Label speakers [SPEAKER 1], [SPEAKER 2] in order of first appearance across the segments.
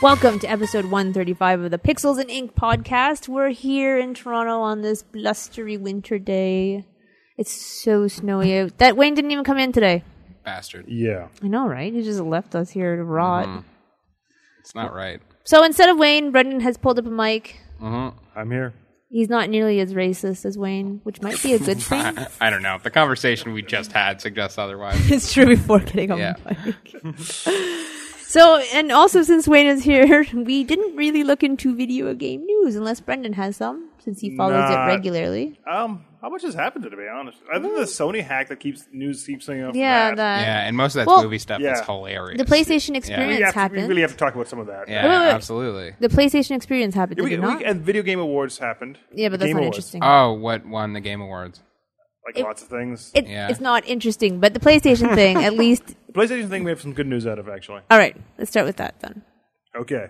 [SPEAKER 1] Welcome to episode 135 of the Pixels and Ink podcast. We're here in Toronto on this blustery winter day. It's so snowy out. That Wayne didn't even come in today.
[SPEAKER 2] Bastard.
[SPEAKER 3] Yeah.
[SPEAKER 1] I know, right? He just left us here to rot.
[SPEAKER 2] It's not right.
[SPEAKER 1] So instead of Wayne, Brendan has pulled up a mic.
[SPEAKER 3] I'm here.
[SPEAKER 1] He's not nearly as racist as Wayne, which might be a good thing.
[SPEAKER 2] I, I don't know. The conversation we just had suggests otherwise.
[SPEAKER 1] it's true before getting on
[SPEAKER 2] Yeah.
[SPEAKER 1] the mic. so, and also since Wayne is here, we didn't really look into video game news unless Brendan has some, since he follows
[SPEAKER 3] Nah.
[SPEAKER 1] it regularly.
[SPEAKER 3] Um, how much has happened to be honest? Other than the Sony hack that keeps news keeps saying oh, up.
[SPEAKER 1] Yeah,
[SPEAKER 3] that.
[SPEAKER 1] that.
[SPEAKER 2] yeah, and most of that's
[SPEAKER 1] Uh, Well-
[SPEAKER 2] movie stuff
[SPEAKER 3] Yeah.
[SPEAKER 2] is hilarious.
[SPEAKER 1] The PlayStation
[SPEAKER 3] we,
[SPEAKER 1] experience
[SPEAKER 3] have to, we
[SPEAKER 1] happened.
[SPEAKER 3] really have to talk about some of that.
[SPEAKER 2] yeah,
[SPEAKER 1] Wait, wait, wait.
[SPEAKER 2] absolutely.
[SPEAKER 1] the PlayStation experience happened,
[SPEAKER 3] Yeah, we,
[SPEAKER 1] did it
[SPEAKER 3] we-
[SPEAKER 1] not?
[SPEAKER 3] and video game awards happened.
[SPEAKER 1] yeah, but
[SPEAKER 3] The
[SPEAKER 1] that's
[SPEAKER 3] game
[SPEAKER 1] not
[SPEAKER 3] awards,
[SPEAKER 1] interesting.
[SPEAKER 2] Oh, what won the Game Awards?
[SPEAKER 3] Like lots of things.
[SPEAKER 1] it,
[SPEAKER 2] yeah.
[SPEAKER 1] It's not interesting, but the PlayStation thing, at least.
[SPEAKER 3] the PlayStation thing we have some good news out of actually.
[SPEAKER 1] All right, let's start with that then.
[SPEAKER 3] Okay.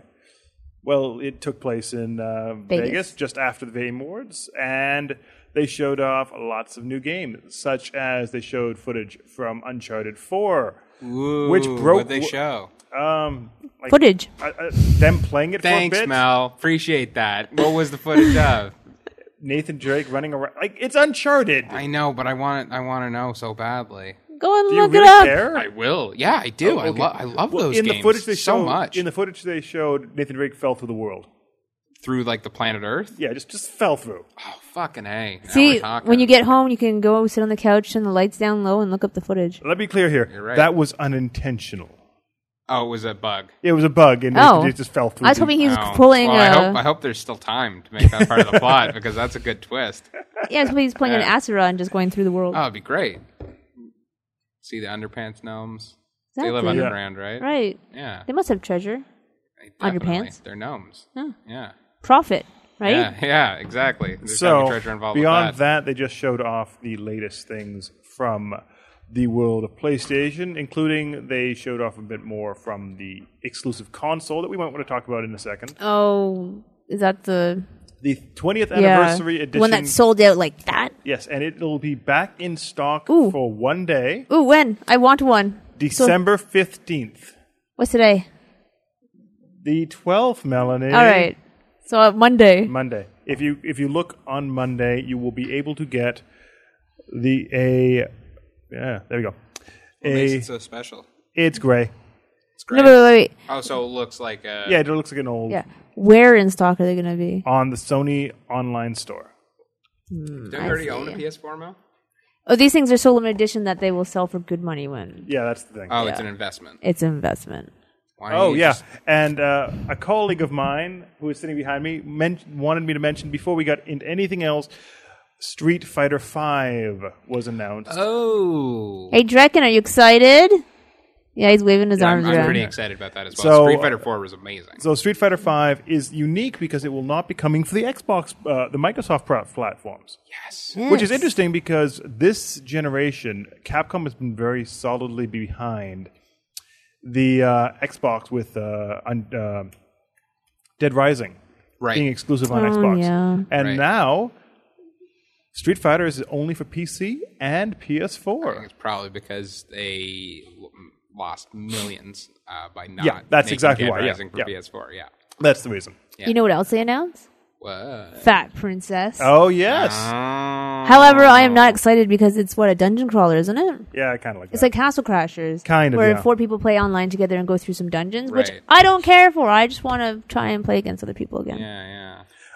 [SPEAKER 3] Well, it took place in uh,
[SPEAKER 1] Vegas.
[SPEAKER 3] Vegas. just after the Game Awards, and they showed off lots of new games, such as they showed footage from Uncharted Four, which broke
[SPEAKER 2] what they show?
[SPEAKER 3] um like,
[SPEAKER 1] Footage.
[SPEAKER 3] uh, uh, them playing it
[SPEAKER 2] Thanks,
[SPEAKER 3] for a bit.
[SPEAKER 2] Mel. Appreciate that. What was the footage of?
[SPEAKER 3] Nathan Drake running around like it's Uncharted.
[SPEAKER 2] I know, but I want I want to know so badly.
[SPEAKER 1] Go and
[SPEAKER 3] Do you
[SPEAKER 1] look
[SPEAKER 3] really
[SPEAKER 1] it up.
[SPEAKER 3] care?
[SPEAKER 2] I will. Yeah, I do. I, lo- I love
[SPEAKER 3] Oh, Well,
[SPEAKER 2] those
[SPEAKER 3] in
[SPEAKER 2] games
[SPEAKER 3] the footage they
[SPEAKER 2] so
[SPEAKER 3] showed,
[SPEAKER 2] much.
[SPEAKER 3] In the footage they showed, Nathan Drake fell through the world.
[SPEAKER 2] Through like the planet Earth.
[SPEAKER 3] Yeah, just just fell through.
[SPEAKER 2] Oh, fucking a. Now
[SPEAKER 1] See,
[SPEAKER 2] we're talking.
[SPEAKER 1] when you get home, you can go sit on the couch, turn the lights down low, and look up the footage.
[SPEAKER 3] Let me be clear here.
[SPEAKER 2] You're right.
[SPEAKER 3] That was unintentional.
[SPEAKER 2] oh, it was a bug.
[SPEAKER 3] It was a bug, and
[SPEAKER 1] Oh.
[SPEAKER 3] Nathan Drake just fell through.
[SPEAKER 1] I was
[SPEAKER 3] the-
[SPEAKER 1] hoping he was
[SPEAKER 2] Oh.
[SPEAKER 1] pulling.
[SPEAKER 2] Well, I
[SPEAKER 1] uh,
[SPEAKER 2] hope I hope there's still time to make that part of the plot because that's a good twist.
[SPEAKER 1] yeah, I was hoping he was playing an
[SPEAKER 2] Yeah.
[SPEAKER 1] Asura and just going through the world.
[SPEAKER 2] Oh, it'd be great. See the underpants gnomes. They live
[SPEAKER 1] Exactly.
[SPEAKER 3] Yeah.
[SPEAKER 2] underground, right?
[SPEAKER 1] right?
[SPEAKER 2] Yeah.
[SPEAKER 1] They must have treasure,
[SPEAKER 2] they definitely-
[SPEAKER 1] Underpants?
[SPEAKER 2] They're gnomes. Yeah.
[SPEAKER 1] profit, right?
[SPEAKER 2] Yeah. Yeah. Exactly. There's gotta be
[SPEAKER 3] so
[SPEAKER 2] treasure involved with
[SPEAKER 3] beyond
[SPEAKER 2] that.
[SPEAKER 3] that. they just showed off the latest things from the world of PlayStation, including they showed off a bit more from the exclusive console that we might want to talk about in a second.
[SPEAKER 1] Oh, is that the
[SPEAKER 3] The 20th
[SPEAKER 1] yeah,
[SPEAKER 3] anniversary edition.
[SPEAKER 1] one that sold out like that?
[SPEAKER 3] yes, and it'll be back in stock
[SPEAKER 1] Ooh.
[SPEAKER 3] for one day.
[SPEAKER 1] Ooh, when I want one.
[SPEAKER 3] December fifteenth.
[SPEAKER 1] What's today?
[SPEAKER 3] The twelfth, Melanie.
[SPEAKER 1] All right, so uh, Monday.
[SPEAKER 3] Monday. If you if you look on Monday, you will be able to get the a yeah, there we go. A
[SPEAKER 2] It's so special.
[SPEAKER 3] it's gray.
[SPEAKER 2] It's
[SPEAKER 1] No,
[SPEAKER 2] great.
[SPEAKER 1] wait, wait, wait.
[SPEAKER 2] Oh, so it looks like a.
[SPEAKER 3] Yeah, it looks like an old
[SPEAKER 1] Yeah, where in stock are they going to be?
[SPEAKER 3] on the Sony online store.
[SPEAKER 2] Don't you already own a
[SPEAKER 1] see.
[SPEAKER 2] PS4 Mel?
[SPEAKER 1] Oh, these things are so limited edition that they will sell for good money when
[SPEAKER 3] Yeah, that's the thing.
[SPEAKER 2] Oh, it's an investment.
[SPEAKER 1] it's an investment.
[SPEAKER 2] Why don't
[SPEAKER 3] Oh
[SPEAKER 2] you
[SPEAKER 3] yeah,
[SPEAKER 2] just-
[SPEAKER 3] and uh, a colleague of mine who is sitting behind me men- wanted me to mention before we got into anything else, Street Fighter Five was announced.
[SPEAKER 2] Oh.
[SPEAKER 1] Hey, Drekken, are you excited? Yeah, he's waving his
[SPEAKER 2] I'm,
[SPEAKER 1] arms
[SPEAKER 2] I'm
[SPEAKER 1] around.
[SPEAKER 2] pretty excited about that as well.
[SPEAKER 3] So, uh,
[SPEAKER 2] Street Fighter 4 was amazing.
[SPEAKER 3] So Street Fighter V is unique because it will not be coming for the Xbox, uh, the Microsoft pro- platforms,
[SPEAKER 2] yes.
[SPEAKER 3] which is
[SPEAKER 1] Yes.
[SPEAKER 3] interesting because this generation, Capcom has been very solidly behind the uh, Xbox with uh, un- uh, Dead Rising
[SPEAKER 2] Right.
[SPEAKER 3] being exclusive on
[SPEAKER 1] Oh,
[SPEAKER 3] Xbox,
[SPEAKER 1] yeah.
[SPEAKER 3] and
[SPEAKER 2] Right.
[SPEAKER 3] now Street Fighter is only for PC and PS4.
[SPEAKER 2] It's probably because they l- lost millions uh, by not.
[SPEAKER 3] Yeah, that's
[SPEAKER 2] making
[SPEAKER 3] exactly
[SPEAKER 2] Dead
[SPEAKER 3] why, yeah,
[SPEAKER 2] Rising for
[SPEAKER 3] yeah.
[SPEAKER 2] PS4. Yeah.
[SPEAKER 3] That's the reason.
[SPEAKER 1] You know what else they announced?
[SPEAKER 2] What?
[SPEAKER 1] Fat Princess.
[SPEAKER 3] Oh yes,
[SPEAKER 2] Ah.
[SPEAKER 1] However, I am not excited because it's what a dungeon crawler, isn't it?
[SPEAKER 3] yeah, I kind of like
[SPEAKER 1] It's
[SPEAKER 3] that.
[SPEAKER 1] like Castle Crashers,
[SPEAKER 3] Kind of,
[SPEAKER 1] where
[SPEAKER 3] yeah.
[SPEAKER 1] four people play online together and go through some dungeons, which
[SPEAKER 2] Right.
[SPEAKER 1] I don't care for. I just want to try and play against other people again.
[SPEAKER 2] Yeah,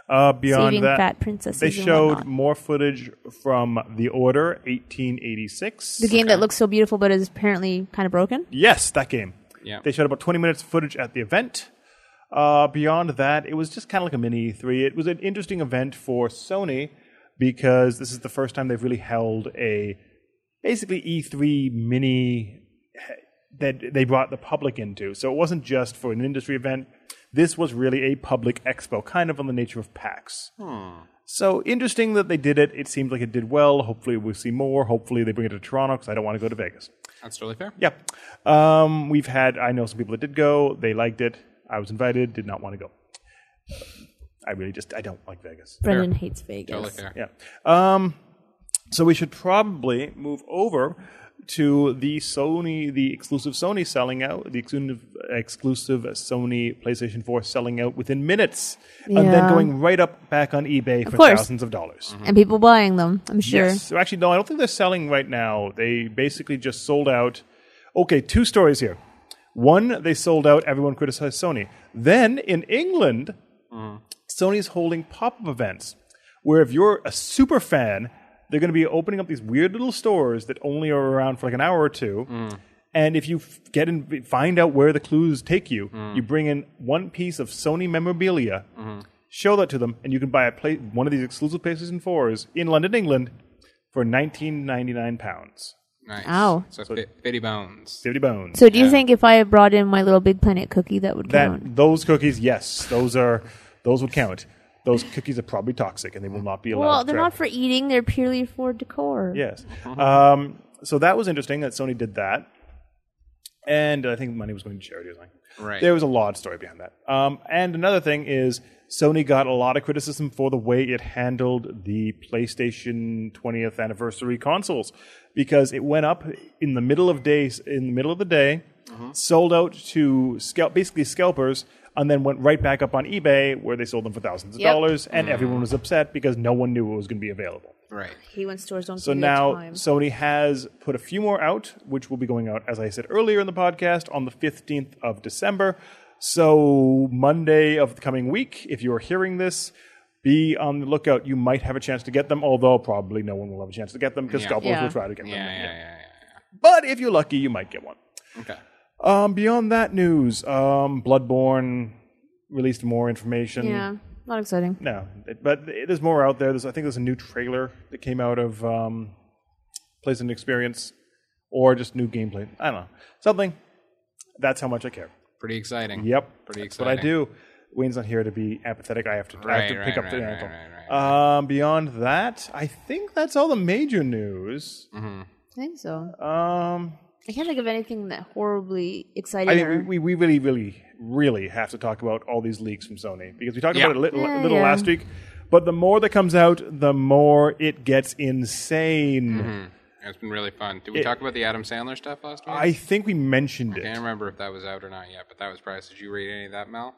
[SPEAKER 2] yeah.
[SPEAKER 3] Uh, beyond
[SPEAKER 1] Saving
[SPEAKER 3] that,
[SPEAKER 1] fat princesses
[SPEAKER 3] they
[SPEAKER 1] and
[SPEAKER 3] showed
[SPEAKER 1] whatnot.
[SPEAKER 3] more footage from The Order 1886.
[SPEAKER 1] The game that looks so beautiful but is apparently kind of broken.
[SPEAKER 3] yes, that game.
[SPEAKER 2] Yeah.
[SPEAKER 3] They showed about 20 minutes footage at the event. Uh, beyond that, it was just kind of like a mini E3. It was an interesting event for Sony because this is the first time they've really held a basically E3 mini that they brought the public into. So it wasn't just for an industry event. This was really a public expo, kind of on the nature of PAX. So interesting that they did it. It seemed like it did well. Hopefully we'll see more. Hopefully they bring it to Toronto because I don't want to go to Vegas.
[SPEAKER 2] That's totally fair.
[SPEAKER 3] Yeah. Um, we've had, I know some people that did go. They liked it. I was invited, did not want to go. I really just, I don't like Vegas.
[SPEAKER 1] Brendan hates Vegas.
[SPEAKER 2] Totally fair.
[SPEAKER 3] Yeah. Um, so we should probably move over to the Sony, the exclusive Sony selling out, the exclusive, exclusive Sony PlayStation 4 selling out within minutes, and then
[SPEAKER 1] Yeah.
[SPEAKER 3] going right up back on eBay for
[SPEAKER 1] course.
[SPEAKER 3] thousands of dollars.
[SPEAKER 1] and people buying them. I'm sure.
[SPEAKER 3] Yes. So actually, no, I don't think they're selling right now. They basically just sold out. Okay, two stories here. One, they sold out. Everyone criticized Sony. Then in England, Sony's holding pop-up events where if you're a super fan, they're going to be opening up these weird little stores that only are around for like an hour or two. And if you f- get in, find out where the clues take you, you bring in one piece of Sony memorabilia, show that to them, and you can buy a pla- one of these exclusive PlayStation fours in London, England, for nineteen ninety nine pounds,
[SPEAKER 2] Nice.
[SPEAKER 1] Ow.
[SPEAKER 2] So, it's bit, bitty bones.
[SPEAKER 3] fifty bones.
[SPEAKER 1] So do you think if I brought in my little Big Planet cookie, that would
[SPEAKER 3] that
[SPEAKER 1] count?
[SPEAKER 3] those cookies, yes, those are those would count. Those cookies are probably toxic, and they will not be allowed.
[SPEAKER 1] Well, they're
[SPEAKER 3] throughout
[SPEAKER 1] not for eating; they're purely for decor.
[SPEAKER 3] Yes. Um, so that was interesting that Sony did that. And I think money was going to charity or something.
[SPEAKER 2] Right.
[SPEAKER 3] There was a lot of story behind that. Um, and another thing is Sony got a lot of criticism for the way it handled the PlayStation 20th anniversary consoles because it went up in the middle of days, in the middle of the day, sold out to scalp, basically scalpers, and then went right back up on eBay where they sold them for thousands of
[SPEAKER 1] Yep.
[SPEAKER 3] dollars, and everyone was upset because no one knew it was going to be available.
[SPEAKER 2] Right.
[SPEAKER 1] He went stores don't.
[SPEAKER 3] So
[SPEAKER 1] give you
[SPEAKER 3] now
[SPEAKER 1] time.
[SPEAKER 3] Sony has put a few more out, which will be going out, as I said earlier in the podcast, on the 15th of December. So Monday of the coming week, if you are hearing this, be on the lookout. You might have a chance to get them, although probably no one will have a chance to get them because
[SPEAKER 2] Yeah.
[SPEAKER 3] scalpers
[SPEAKER 1] Yeah.
[SPEAKER 3] will try to get
[SPEAKER 2] Yeah,
[SPEAKER 3] them.
[SPEAKER 2] yeah, yeah,
[SPEAKER 3] But if you're lucky, you might get one.
[SPEAKER 2] yeah. Okay.
[SPEAKER 3] Um, beyond that news, um, Bloodborne released more information.
[SPEAKER 1] yeah, not exciting.
[SPEAKER 3] No, it- but it- there's more out there. There's, I think there's a new trailer that came out of um, PlayStation Experience, or just new gameplay. I don't know something. That's how much I care.
[SPEAKER 2] Pretty exciting.
[SPEAKER 3] Yep,
[SPEAKER 2] Pretty
[SPEAKER 3] that's
[SPEAKER 2] exciting.
[SPEAKER 3] what I do. Wayne's not here to be apathetic. I have to, I have
[SPEAKER 2] Right,
[SPEAKER 3] to
[SPEAKER 2] right,
[SPEAKER 3] pick up the
[SPEAKER 2] right, right,
[SPEAKER 3] mantle.
[SPEAKER 2] right, right,
[SPEAKER 3] Um, beyond that, I think that's all the major news.
[SPEAKER 1] I think so.
[SPEAKER 2] Mm.
[SPEAKER 3] Um,
[SPEAKER 1] I can't think of anything that horribly exciting.
[SPEAKER 3] I
[SPEAKER 1] or-
[SPEAKER 3] mean, we, we really, really, really have to talk about all these leaks from Sony because we talked
[SPEAKER 2] Yeah.
[SPEAKER 3] about it a little,
[SPEAKER 1] Yeah,
[SPEAKER 3] little
[SPEAKER 1] yeah.
[SPEAKER 3] last week. But the more that comes out, the more it gets insane.
[SPEAKER 2] Mm-hmm. It's been really fun. Did we talk about the Adam Sandler stuff last week?
[SPEAKER 3] I think we mentioned it.
[SPEAKER 2] can't remember if that was out or not yet, but that was priced. Did you read any of that, Mel?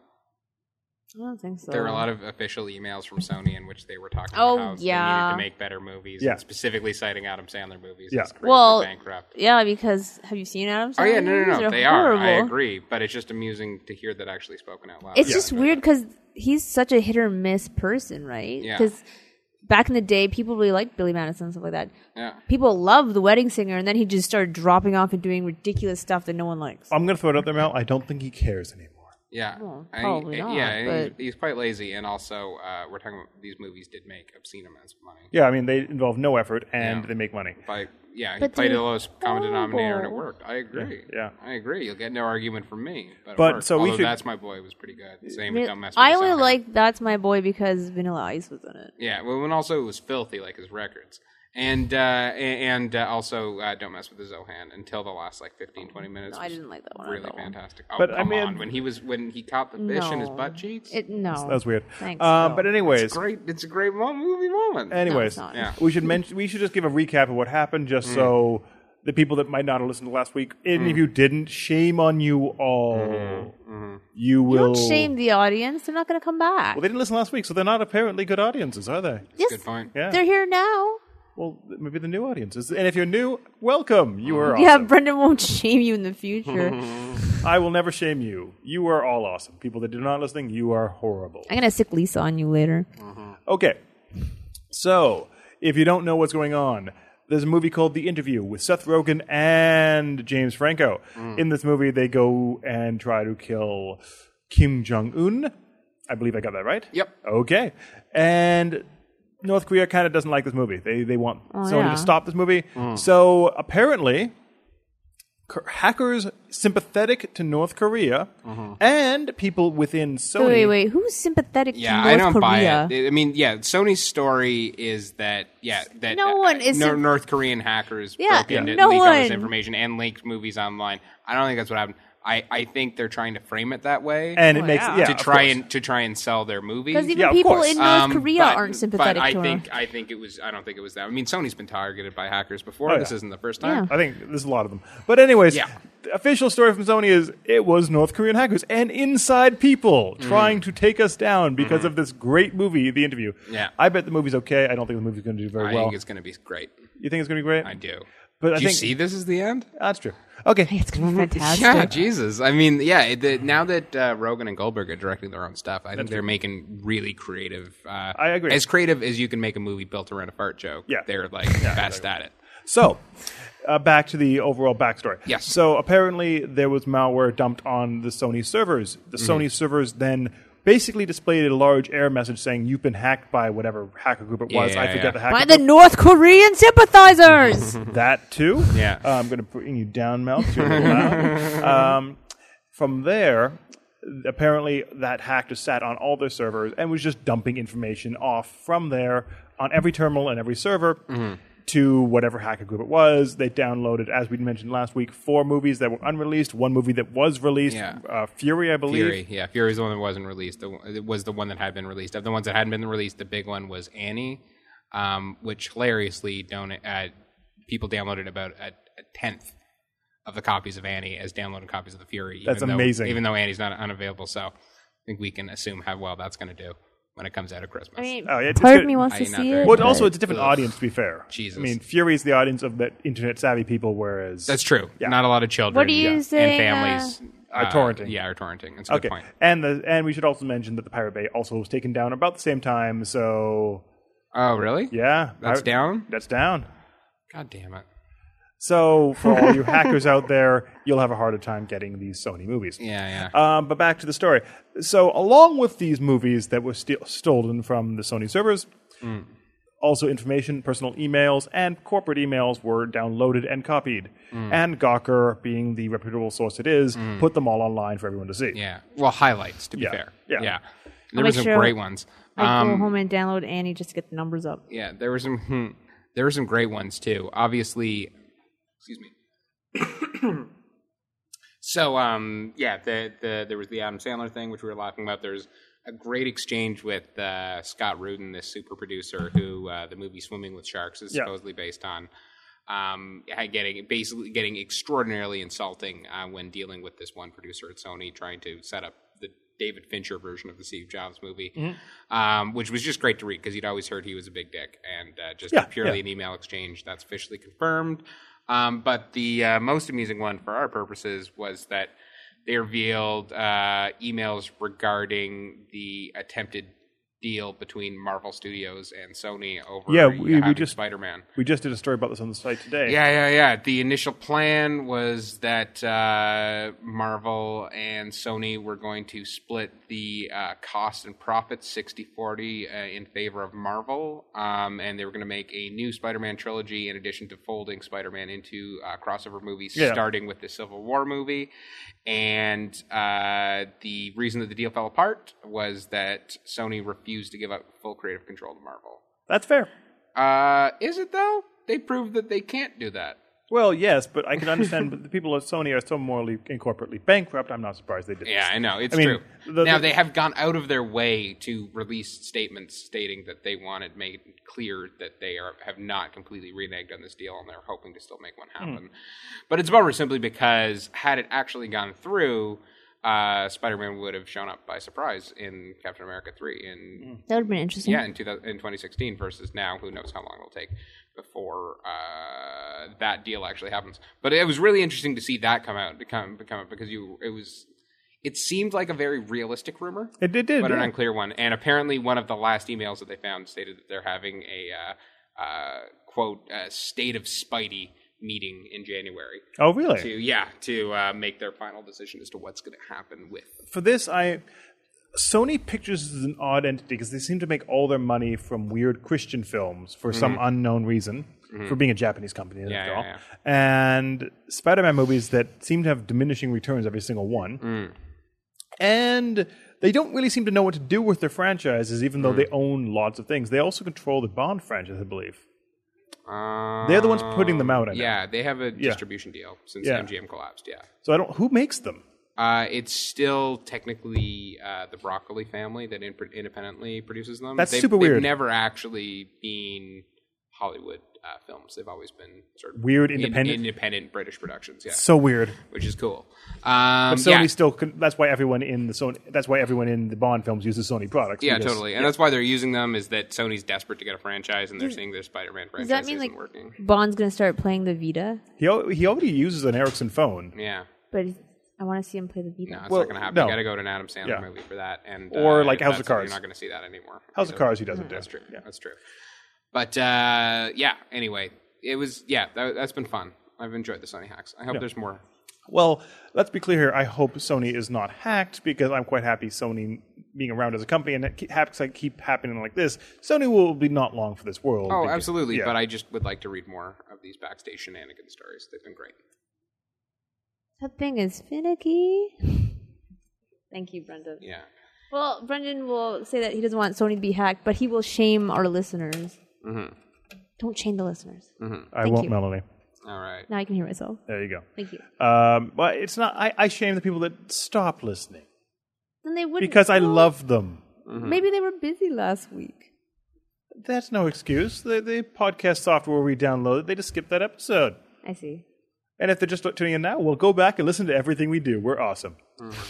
[SPEAKER 1] I don't think so.
[SPEAKER 2] There were a lot of official emails from Sony in which they were talking
[SPEAKER 1] Oh,
[SPEAKER 2] about how they
[SPEAKER 1] yeah.
[SPEAKER 2] needed to make better movies,
[SPEAKER 3] Yeah.
[SPEAKER 2] and specifically citing Adam Sandler movies.
[SPEAKER 3] Yeah.
[SPEAKER 2] as critically
[SPEAKER 1] Well-
[SPEAKER 2] bankrupt.
[SPEAKER 1] Yeah, because have you seen Adam?
[SPEAKER 2] Oh yeah,
[SPEAKER 1] Sandler
[SPEAKER 2] no, no,
[SPEAKER 1] movies?
[SPEAKER 2] no,
[SPEAKER 1] They're
[SPEAKER 2] they
[SPEAKER 1] horrible.
[SPEAKER 2] are. I agree, but it's just amusing to hear that actually spoken out loud.
[SPEAKER 1] It's just weird because he's such a hit or miss person, right?
[SPEAKER 2] Yeah.
[SPEAKER 1] Because back in the day, people really liked Billy Madison and stuff like that.
[SPEAKER 2] Yeah.
[SPEAKER 1] People loved The Wedding Singer, and then he just started dropping off and doing ridiculous stuff that no one likes.
[SPEAKER 3] I'm going to throw it out there, Mel. I don't think he cares anymore.
[SPEAKER 2] Yeah,
[SPEAKER 1] Well,
[SPEAKER 2] I-
[SPEAKER 1] probably
[SPEAKER 2] I-
[SPEAKER 1] not,
[SPEAKER 2] Yeah, and
[SPEAKER 1] but-
[SPEAKER 2] he's, he's quite lazy, and also uh, we're talking about these movies did make obscene amounts of money.
[SPEAKER 3] Yeah, I mean, they involve no effort and
[SPEAKER 2] Yeah.
[SPEAKER 3] they make money.
[SPEAKER 2] By yeah, he
[SPEAKER 1] But
[SPEAKER 2] played
[SPEAKER 1] they're
[SPEAKER 2] the lowest common denominator, and it
[SPEAKER 1] horrible.
[SPEAKER 2] worked. I agree.
[SPEAKER 3] Yeah,
[SPEAKER 2] I agree. You'll get no argument from me. But, it
[SPEAKER 3] But,
[SPEAKER 2] worked.
[SPEAKER 3] so we
[SPEAKER 2] Although
[SPEAKER 3] should-
[SPEAKER 2] That's my boy was pretty good. Same
[SPEAKER 1] I
[SPEAKER 2] with
[SPEAKER 1] mean,
[SPEAKER 2] Don't Mess With
[SPEAKER 1] I
[SPEAKER 2] the
[SPEAKER 1] only
[SPEAKER 2] Sound.
[SPEAKER 1] like That's My Boy because Vanilla Ice was in it.
[SPEAKER 2] Yeah, well, and also it was filthy, like his records. And uh, a- and uh, also uh, Don't Mess With the Zohan until the last like 15, 20 minutes.
[SPEAKER 1] Oh, No, I
[SPEAKER 2] was
[SPEAKER 1] didn't like that one. or
[SPEAKER 2] Really
[SPEAKER 1] that one.
[SPEAKER 2] fantastic. Oh,
[SPEAKER 3] But, I
[SPEAKER 2] come
[SPEAKER 3] mean-
[SPEAKER 2] on. When he was when he caught the fish in his
[SPEAKER 1] No.
[SPEAKER 2] butt cheeks,
[SPEAKER 1] It, no.
[SPEAKER 3] that was weird.
[SPEAKER 1] Thanks,
[SPEAKER 3] Um,
[SPEAKER 1] no.
[SPEAKER 3] but
[SPEAKER 2] it's
[SPEAKER 3] anyways,
[SPEAKER 2] great. It's a great mo- movie moment.
[SPEAKER 3] anyways,
[SPEAKER 1] No, it's not.
[SPEAKER 2] Yeah. Mm.
[SPEAKER 3] we should mention. We should just give a recap of what happened, just so the people that might not have listened to last week, and if you didn't, shame on you all.
[SPEAKER 2] Mm-hmm.
[SPEAKER 3] You will.
[SPEAKER 1] Don't shame the audience. They're not going to come back.
[SPEAKER 3] Well, they didn't listen last week, so they're not apparently good audiences, are they?
[SPEAKER 1] Yes,
[SPEAKER 2] Good point.
[SPEAKER 3] Yeah.
[SPEAKER 1] They're here now.
[SPEAKER 3] Well, th- maybe the new audiences. And if you're new, welcome. You are
[SPEAKER 1] Yeah,
[SPEAKER 3] awesome.
[SPEAKER 1] Brendan won't shame you in the future. I'm
[SPEAKER 3] I will never shame you. You are all awesome. People that are not listening, you are horrible.
[SPEAKER 1] going to sick Lisa on you later.
[SPEAKER 3] Okay. So, if you don't know what's going on, there's a movie called The Interview with Seth Rogen and James Franco.
[SPEAKER 2] Mm.
[SPEAKER 3] In this movie, they go and try to kill Kim Jong Un. I believe I got that right.
[SPEAKER 2] Yep.
[SPEAKER 3] Okay. And North Korea kind of doesn't like this movie. They they want Sony
[SPEAKER 1] Oh, yeah.
[SPEAKER 3] to stop this movie.
[SPEAKER 2] Mm.
[SPEAKER 3] So apparently, c- hackers sympathetic to North Korea
[SPEAKER 2] Mm-hmm.
[SPEAKER 3] and people within Sony.
[SPEAKER 1] Wait, wait, wait. Who's sympathetic
[SPEAKER 2] Yeah,
[SPEAKER 1] to North
[SPEAKER 2] I don't
[SPEAKER 1] Korea?
[SPEAKER 2] buy it. I mean, yeah, Sony's story is that yeah that uh,
[SPEAKER 1] No one is
[SPEAKER 2] Nor-
[SPEAKER 1] in-
[SPEAKER 2] North Korean hackers
[SPEAKER 1] Yeah,
[SPEAKER 2] broke in to
[SPEAKER 1] no
[SPEAKER 2] leak all this
[SPEAKER 1] one.
[SPEAKER 2] information and leaked movies online. I don't think that's what happened. I, I think they're trying to frame it that way
[SPEAKER 3] and
[SPEAKER 1] Oh,
[SPEAKER 3] it makes
[SPEAKER 1] yeah.
[SPEAKER 3] yeah,
[SPEAKER 2] to
[SPEAKER 3] of
[SPEAKER 2] try
[SPEAKER 3] course.
[SPEAKER 2] and to try and sell their movie.
[SPEAKER 1] Because even
[SPEAKER 3] Yeah, of
[SPEAKER 1] people
[SPEAKER 3] course.
[SPEAKER 1] in North
[SPEAKER 2] Um,
[SPEAKER 1] Korea
[SPEAKER 2] but-
[SPEAKER 1] aren't sympathetic
[SPEAKER 2] but I
[SPEAKER 1] to
[SPEAKER 2] think
[SPEAKER 1] her.
[SPEAKER 2] I think it was. I don't think it was that. I mean, Sony's been targeted by hackers before.
[SPEAKER 3] Oh,
[SPEAKER 2] This
[SPEAKER 3] yeah.
[SPEAKER 2] isn't the first time.
[SPEAKER 1] Yeah.
[SPEAKER 3] I think there's a lot of them. But anyways,
[SPEAKER 2] Yeah.
[SPEAKER 3] the official story from Sony is it was North Korean hackers and inside people
[SPEAKER 2] Mm.
[SPEAKER 3] trying to take us down because of this great movie, The Interview.
[SPEAKER 2] Mm-hmm. Yeah.
[SPEAKER 3] I bet the movie's okay. I don't think the movie's going to do very
[SPEAKER 2] I
[SPEAKER 3] well.
[SPEAKER 2] think it's going to be great.
[SPEAKER 3] you think it's going to be great?
[SPEAKER 2] I do.
[SPEAKER 3] But
[SPEAKER 2] do
[SPEAKER 3] I
[SPEAKER 2] you
[SPEAKER 3] think-
[SPEAKER 2] see this is the end?
[SPEAKER 3] That's true. Okay.
[SPEAKER 1] It's gonna be fantastic.
[SPEAKER 2] Yeah, Jesus. I mean, yeah. it- The, now that uh, Rogan and Goldberg are directing their own stuff, I think they're making really creative. Uh,
[SPEAKER 3] I agree.
[SPEAKER 2] As creative as you can make a movie built around a fart joke.
[SPEAKER 3] Yeah.
[SPEAKER 2] they're like best at it.
[SPEAKER 3] So, uh, back to the overall backstory.
[SPEAKER 2] Yes.
[SPEAKER 3] So apparently there was malware dumped on the Sony servers. The
[SPEAKER 2] Mm-hmm.
[SPEAKER 3] Sony servers then basically displayed a large error message saying you've been hacked by whatever hacker group it was.
[SPEAKER 2] Yeah,
[SPEAKER 3] I forget
[SPEAKER 2] yeah.
[SPEAKER 3] the hacker
[SPEAKER 1] By the
[SPEAKER 3] group.
[SPEAKER 1] North Korean sympathizers.
[SPEAKER 3] that too.
[SPEAKER 2] Yeah.
[SPEAKER 3] Uh, I'm going to bring you down, Mel. 'cause You're a little loud. um, from there, apparently that hack just sat on all their servers and was just dumping information off from there on every terminal and every server.
[SPEAKER 2] Mm-hmm.
[SPEAKER 3] To whatever hacker group it was, they downloaded, as we mentioned last week, four movies that were unreleased, one movie that was released,
[SPEAKER 2] Yeah.
[SPEAKER 3] uh, Fury, I believe.
[SPEAKER 2] Fury, yeah, Fury's the one that wasn't released. The, one- it was the one that had been released. Of the ones that hadn't been released, the big one was Annie, um, which hilariously don't uh, people downloaded about a, a tenth of the copies of Annie as downloaded copies of the Fury. even
[SPEAKER 3] That's
[SPEAKER 2] though-
[SPEAKER 3] amazing.
[SPEAKER 2] Even though Annie's not unavailable, so I think we can assume how well that's going to do when it comes out at Christmas.
[SPEAKER 1] I mean,
[SPEAKER 3] Oh, yeah, it's-
[SPEAKER 1] part
[SPEAKER 3] it's
[SPEAKER 1] of me
[SPEAKER 3] good.
[SPEAKER 1] wants
[SPEAKER 2] I
[SPEAKER 1] to
[SPEAKER 2] ain't not
[SPEAKER 1] see
[SPEAKER 2] very
[SPEAKER 1] it.
[SPEAKER 3] But
[SPEAKER 2] good.
[SPEAKER 3] also, it's a different
[SPEAKER 2] Ugh.
[SPEAKER 3] audience, to be fair.
[SPEAKER 2] Jesus.
[SPEAKER 3] I mean, Fury is the audience of the internet savvy people, whereas.
[SPEAKER 2] that's true.
[SPEAKER 3] Yeah.
[SPEAKER 2] Not a lot of children.
[SPEAKER 1] What are you
[SPEAKER 2] yeah,
[SPEAKER 1] saying, uh,
[SPEAKER 2] And families uh,
[SPEAKER 3] Are torrenting.
[SPEAKER 2] Yeah, are torrenting. That's a good point.
[SPEAKER 3] And the and we should also mention that the Pirate Bay also was taken down about the same time. So
[SPEAKER 2] Oh, really?
[SPEAKER 3] yeah,
[SPEAKER 2] That's
[SPEAKER 3] Pirate-
[SPEAKER 2] down.
[SPEAKER 3] That's down.
[SPEAKER 2] God damn it.
[SPEAKER 3] So for all you hackers out there, you'll have a harder time getting these Sony movies.
[SPEAKER 2] Yeah, yeah.
[SPEAKER 3] Um, but back to the story. So along with these movies that were steal stolen from the Sony servers.
[SPEAKER 2] Mm.
[SPEAKER 3] Also, information, personal emails, and corporate emails were downloaded and copied.
[SPEAKER 2] Mm.
[SPEAKER 3] And Gawker, being the reputable source it is, put them all online for everyone to see.
[SPEAKER 2] Yeah. Well, highlights to be
[SPEAKER 3] Yeah.
[SPEAKER 2] fair.
[SPEAKER 3] Yeah.
[SPEAKER 2] There were
[SPEAKER 1] make
[SPEAKER 2] some
[SPEAKER 1] sure-
[SPEAKER 2] great ones.
[SPEAKER 1] I
[SPEAKER 2] Um,
[SPEAKER 1] go home and download Annie just to get the numbers up.
[SPEAKER 2] yeah, there were some hmm, there were some great ones too. Obviously, excuse me. so um yeah, the the there was the Adam Sandler thing which we were laughing about. There's a great exchange with uh, Scott Rudin, this super producer who uh, the movie Swimming with Sharks is
[SPEAKER 3] Yeah.
[SPEAKER 2] supposedly based on. Um, had getting basically getting extraordinarily insulting uh, when dealing with this one producer at Sony trying to set up the David Fincher version of the Steve Jobs movie,
[SPEAKER 3] Mm-hmm.
[SPEAKER 2] um, which was just great to read because you'd always heard he was a big dick and uh, just
[SPEAKER 3] Yeah,
[SPEAKER 2] purely
[SPEAKER 3] yeah.
[SPEAKER 2] an email exchange that's officially confirmed. Um, but the uh, most amusing one for our purposes was that they revealed uh, emails regarding the attempted deal between Marvel Studios and Sony over
[SPEAKER 3] Yeah, we- we
[SPEAKER 2] having
[SPEAKER 3] just-
[SPEAKER 2] Spider-Man.
[SPEAKER 3] We just did a story about this on the site today.
[SPEAKER 2] Yeah, yeah, yeah. The initial plan was that uh, Marvel and Sony were going to split the uh, cost and profit 60 40 uh, in favor of Marvel. Um, and they were going to make a new Spider Man trilogy in addition to folding Spider Man into uh, crossover movies,
[SPEAKER 3] Yeah.
[SPEAKER 2] starting with the Civil War movie. And uh, the reason that the deal fell apart was that Sony refused to give up full creative control to Marvel.
[SPEAKER 3] That's fair.
[SPEAKER 2] Uh, is it though? They proved that they can't do that.
[SPEAKER 3] Well, yes, but I can understand but the people at Sony are so morally and corporately bankrupt. I'm not surprised they did.
[SPEAKER 2] Yeah, I know it's
[SPEAKER 3] I mean,
[SPEAKER 2] true.
[SPEAKER 3] the-
[SPEAKER 2] now
[SPEAKER 3] the-
[SPEAKER 2] they have gone out of their way to release statements stating that they wanted made clear that they are have not completely reneged on this deal and they're hoping to still make one
[SPEAKER 3] Hmm.
[SPEAKER 2] happen. But it's bummer simply because had it actually gone through, uh, Spider-Man would have shown up by surprise in Captain America three in
[SPEAKER 3] Hmm.
[SPEAKER 1] That would have been interesting.
[SPEAKER 3] Mm-hmm.
[SPEAKER 2] yeah, in, 2000, in 2016 versus now, who knows how long it'll take before uh, that deal actually happens. But it was really interesting to see that come out, become become out because you it was it seemed like a very realistic rumor,
[SPEAKER 3] It did. did
[SPEAKER 2] but an
[SPEAKER 3] yeah.
[SPEAKER 2] unclear one. And apparently, one of the last emails that they found stated that they're having a uh, uh, quote uh, state of Spidey meeting in January
[SPEAKER 3] oh, really?
[SPEAKER 2] to yeah to uh, make their final decision as to what's going to happen with
[SPEAKER 3] For this, I Sony Pictures is an odd entity because they seem to make all their money from weird Christian films for some unknown reason. For being a Japanese company, after
[SPEAKER 2] Mm-hmm. Yeah, yeah,
[SPEAKER 3] all, and Spider-Man movies that seem to have diminishing returns every single one,
[SPEAKER 2] Mm.
[SPEAKER 3] and they don't really seem to know what to do with their franchises, even though they
[SPEAKER 2] Mm.
[SPEAKER 3] own lots of things. They also control the Bond franchise, I believe.
[SPEAKER 2] Um,
[SPEAKER 3] They're the ones putting them out, I know.
[SPEAKER 2] Yeah, they have a distribution deal since
[SPEAKER 3] Yeah.
[SPEAKER 2] MGM collapsed. Yeah,
[SPEAKER 3] So I don't. Who makes them?
[SPEAKER 2] Uh, it's still technically uh, the broccoli family that in- independently produces them.
[SPEAKER 3] That's
[SPEAKER 2] they've,
[SPEAKER 3] super
[SPEAKER 2] they've
[SPEAKER 3] weird.
[SPEAKER 2] never actually been Hollywood uh, films. They've always been sort of
[SPEAKER 3] Weird
[SPEAKER 2] in-
[SPEAKER 3] independent-
[SPEAKER 2] independent British productions. Yeah,
[SPEAKER 3] So weird.
[SPEAKER 2] which is cool. Um,
[SPEAKER 3] But Sony
[SPEAKER 2] yeah.
[SPEAKER 3] still. Con- that's why everyone in the Sony. That's why everyone in the Bond films uses Sony products.
[SPEAKER 2] Yeah,
[SPEAKER 3] because-
[SPEAKER 2] totally, and that's why they're using them. Is that Sony's desperate to get a franchise, and they're seeing their Spider-Man
[SPEAKER 1] Does
[SPEAKER 2] franchise
[SPEAKER 1] that mean
[SPEAKER 2] isn't
[SPEAKER 1] like
[SPEAKER 2] working.
[SPEAKER 1] Bond's gonna start playing the Vita?
[SPEAKER 3] He al- he already uses an Ericsson phone.
[SPEAKER 2] Yeah,
[SPEAKER 1] But I want to see him play the Vita.
[SPEAKER 2] no, it's
[SPEAKER 3] Well,
[SPEAKER 2] not going to happen.
[SPEAKER 3] no.
[SPEAKER 2] You got to go to an Adam Sandler
[SPEAKER 3] Yeah.
[SPEAKER 2] movie for that, and uh,
[SPEAKER 3] Or, like,
[SPEAKER 2] that's-
[SPEAKER 3] House of Cards.
[SPEAKER 2] You're not going to see that anymore.
[SPEAKER 3] House of
[SPEAKER 2] Either.
[SPEAKER 3] Cards, he doesn't do.
[SPEAKER 2] Mm, That's true. That's true. But uh, yeah, anyway, it was yeah. That, that's been fun. I've enjoyed the Sony hacks. I hope there's more.
[SPEAKER 3] Well, let's be clear here. I hope Sony is not hacked because I'm quite happy Sony being around as a company and it ke- hacks like keep happening like this. Sony will be not long for this world.
[SPEAKER 2] Oh,
[SPEAKER 3] because-
[SPEAKER 2] absolutely.
[SPEAKER 3] yeah.
[SPEAKER 2] But I just would like to read more of these backstage shenanigans stories. They've been great.
[SPEAKER 1] That thing is finicky. Thank you, Brendan.
[SPEAKER 2] Yeah.
[SPEAKER 1] Well, Brendan will say that he doesn't want Sony to be hacked, but he will shame our listeners.
[SPEAKER 2] Mhm.
[SPEAKER 1] Don't shame the listeners.
[SPEAKER 3] I
[SPEAKER 2] Mm.
[SPEAKER 1] thank
[SPEAKER 3] won't,
[SPEAKER 1] you.
[SPEAKER 3] Melanie.
[SPEAKER 2] All right.
[SPEAKER 1] Now I can hear myself.
[SPEAKER 3] There you go.
[SPEAKER 1] Thank you.
[SPEAKER 3] Um, but it's not. I, I shame the people that stop listening
[SPEAKER 1] Then they would
[SPEAKER 3] because I love them.
[SPEAKER 2] Mm-hmm.
[SPEAKER 1] Maybe they were busy last week.
[SPEAKER 3] That's no excuse. The, the podcast software we downloaded, they just skip that episode.
[SPEAKER 1] I see.
[SPEAKER 3] And if they're just tuning in now, well, go back and listen to everything we do. We're awesome.
[SPEAKER 2] Mm-hmm.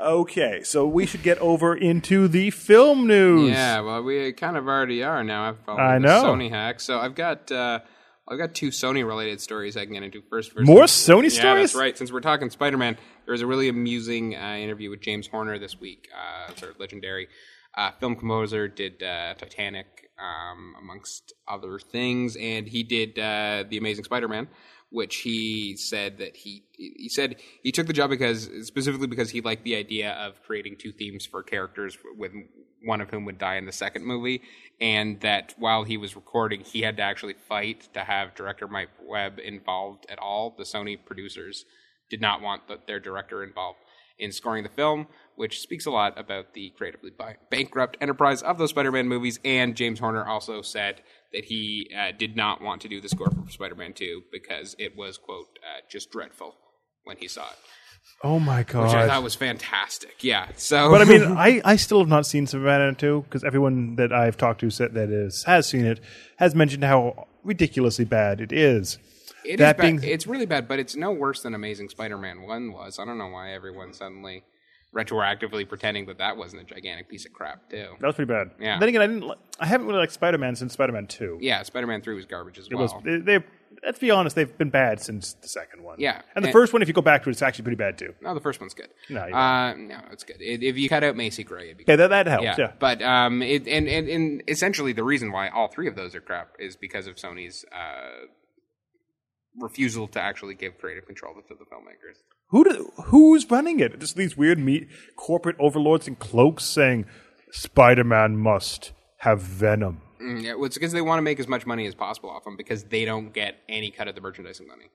[SPEAKER 3] okay, so we should get over into the film news.
[SPEAKER 2] Yeah. Well, we kind of already are now. I've followed
[SPEAKER 3] I
[SPEAKER 2] the
[SPEAKER 3] know.
[SPEAKER 2] Sony hacks. So I've got uh, I've got two Sony related stories I can get into first. versus-
[SPEAKER 3] More Sony
[SPEAKER 2] Yeah,
[SPEAKER 3] stories?
[SPEAKER 2] that's right. Since we're talking Spider Man, there was a really amusing uh, interview with James Horner this week, uh, sort of legendary uh, film composer, did uh, Titanic, um, amongst other things, and he did uh, The Amazing Spider Man. Which he said that he he said he took the job because specifically because he liked the idea of creating two themes for characters with one of whom would die in the second movie, and that while he was recording, he had to actually fight to have director Mike Webb involved at all. The Sony producers did not want the, their director involved in scoring the film, which speaks a lot about the creatively bi- bankrupt enterprise of those Spider-Man movies. And James Horner also said that he uh, did not want to do the score for Spider-Man 2 because it was quote uh, just dreadful when he saw it,
[SPEAKER 3] Oh my god.
[SPEAKER 2] which I thought was fantastic. Yeah, so
[SPEAKER 3] but I mean, I, I still have not seen Savannah 2 because everyone that I've talked to said that is has seen it has mentioned how ridiculously bad it is.
[SPEAKER 2] It is
[SPEAKER 3] That being-
[SPEAKER 2] bad. It's really bad, but it's no worse than Amazing Spider-Man One was. I don't know why everyone suddenly retroactively pretending that that wasn't a gigantic piece of crap too.
[SPEAKER 3] That was pretty bad.
[SPEAKER 2] Yeah.
[SPEAKER 3] Then again, I didn't. li- I haven't really liked Spider Man since Spider Man Two.
[SPEAKER 2] Yeah, Spider-Man Three was garbage as
[SPEAKER 3] It
[SPEAKER 2] well.
[SPEAKER 3] was. They, they- let's be honest. They've been bad since the second one.
[SPEAKER 2] Yeah.
[SPEAKER 3] And the
[SPEAKER 2] And-
[SPEAKER 3] first one, if you go back to it, it's actually pretty bad too.
[SPEAKER 2] no, the first one's good.
[SPEAKER 3] No, you're
[SPEAKER 2] uh, no, it's good. It, if you cut out Macy Gray, it'd be
[SPEAKER 3] Yeah, that that helped.
[SPEAKER 2] yeah.
[SPEAKER 3] Yeah.
[SPEAKER 2] But um, it, and, and and essentially the reason why all three of those are crap is because of Sony's uh, refusal to actually give creative control to the filmmakers.
[SPEAKER 3] Who do, who's running it? Just these weird meat corporate overlords in cloaks saying Spider-Man must have venom.
[SPEAKER 2] Mm, yeah, well, it's because they want to make as much money as possible off them because they don't get any cut of the merchandising money.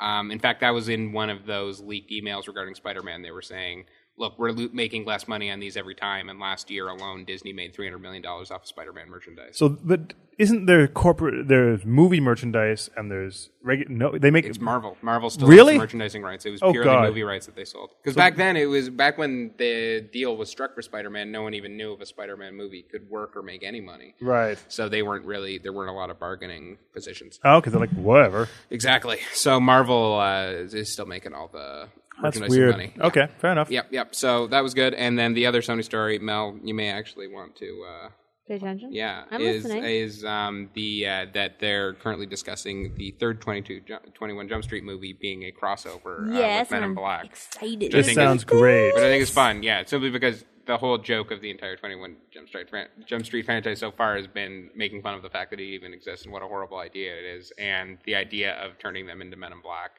[SPEAKER 2] Um, in fact, that was in one of those leaked emails regarding Spider-Man. They were saying, "Look, we're lo- making less money on these every time, and last year alone, Disney made three hundred million dollars off of Spider-Man merchandise."
[SPEAKER 3] So, but isn't there corporate? There's movie merchandise and there's regu- no. They make
[SPEAKER 2] It's Marvel. Marvel still
[SPEAKER 3] Really?
[SPEAKER 2] has the merchandising rights. It was
[SPEAKER 3] Oh,
[SPEAKER 2] purely
[SPEAKER 3] God.
[SPEAKER 2] movie rights that they sold. Because back then, it was back when the deal was struck for Spider-Man. No one even knew if a Spider-Man movie could work or make any money.
[SPEAKER 3] right.
[SPEAKER 2] So they weren't really there weren't a lot of bargaining positions.
[SPEAKER 3] Oh, because they're like whatever.
[SPEAKER 2] Exactly. So Marvel uh, is still making all the
[SPEAKER 3] That's
[SPEAKER 2] merchandising
[SPEAKER 3] weird.
[SPEAKER 2] money. Yeah.
[SPEAKER 3] Okay, fair enough.
[SPEAKER 2] Yep, yep. So that was good. And then the other Sony story, Mel, you may actually want to, uh,
[SPEAKER 1] Pay attention.
[SPEAKER 2] yeah,
[SPEAKER 1] I'm
[SPEAKER 2] is
[SPEAKER 1] listening.
[SPEAKER 2] is um, the uh, that they're currently discussing the third 22, Ju- 21 Jump Street movie being a crossover uh, with
[SPEAKER 1] yes,
[SPEAKER 2] Men
[SPEAKER 1] and
[SPEAKER 2] in
[SPEAKER 1] I'm
[SPEAKER 2] Black,
[SPEAKER 1] excited.
[SPEAKER 2] Which I
[SPEAKER 3] This
[SPEAKER 2] think
[SPEAKER 3] sounds
[SPEAKER 2] is-
[SPEAKER 3] great.
[SPEAKER 2] which I think is fun. Yeah, simply because the whole joke of the entire Twenty One Jump Street fran- Jump Street franchise so far has been making fun of the fact that it even exists and what a horrible idea it is, and the idea of turning them into Men in Black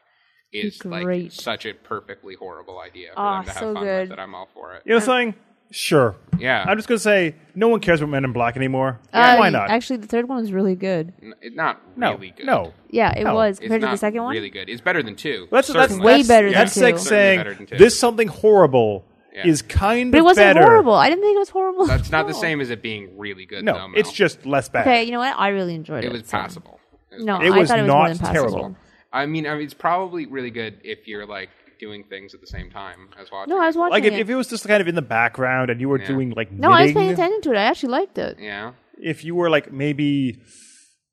[SPEAKER 2] is like
[SPEAKER 1] Great.
[SPEAKER 2] such a perfectly horrible idea for
[SPEAKER 1] Ah,
[SPEAKER 2] them to have
[SPEAKER 1] so
[SPEAKER 2] fun with
[SPEAKER 1] good.
[SPEAKER 2] that I'm all for it.
[SPEAKER 3] You know something? Sure.
[SPEAKER 2] Yeah.
[SPEAKER 3] I'm just gonna say no one cares about Men in Black anymore.
[SPEAKER 1] Uh,
[SPEAKER 3] Why not?
[SPEAKER 1] Actually, the third one was really good.
[SPEAKER 2] N- It's not
[SPEAKER 3] no.
[SPEAKER 2] really good.
[SPEAKER 3] No.
[SPEAKER 1] Yeah, it
[SPEAKER 3] No,
[SPEAKER 1] was
[SPEAKER 2] It's
[SPEAKER 1] compared to
[SPEAKER 2] not
[SPEAKER 1] the second one.
[SPEAKER 2] really good. It's better than two.
[SPEAKER 3] That's, that's
[SPEAKER 2] certainly.
[SPEAKER 1] Way better than
[SPEAKER 3] That's
[SPEAKER 1] two.
[SPEAKER 3] like
[SPEAKER 2] Certainly
[SPEAKER 3] saying
[SPEAKER 2] better than two.
[SPEAKER 3] this something horrible
[SPEAKER 2] Yeah.
[SPEAKER 3] is kind
[SPEAKER 1] but
[SPEAKER 3] of
[SPEAKER 1] it wasn't
[SPEAKER 3] better.
[SPEAKER 1] horrible. I didn't think it was horrible.
[SPEAKER 2] That's not the
[SPEAKER 1] at all.
[SPEAKER 2] same as it being really good. though,
[SPEAKER 3] No,
[SPEAKER 2] Mel.
[SPEAKER 3] it's just less bad.
[SPEAKER 1] Okay, you know what? I really enjoyed it.
[SPEAKER 2] it was
[SPEAKER 1] so.
[SPEAKER 2] passable. It was
[SPEAKER 1] No,
[SPEAKER 3] It
[SPEAKER 1] I
[SPEAKER 3] was
[SPEAKER 1] thought it was
[SPEAKER 3] not
[SPEAKER 1] more than passable.
[SPEAKER 3] terrible.
[SPEAKER 2] I mean, I mean, it's probably really good if you're like like doing things at the same time as watching.
[SPEAKER 1] No, I was watching
[SPEAKER 3] Like if,
[SPEAKER 1] it.
[SPEAKER 3] if it was just kind of in the background and you were
[SPEAKER 2] Yeah.
[SPEAKER 3] doing like
[SPEAKER 1] no, I was
[SPEAKER 3] knitting,
[SPEAKER 1] paying attention to it. I actually liked it.
[SPEAKER 2] yeah.
[SPEAKER 3] if you were like maybe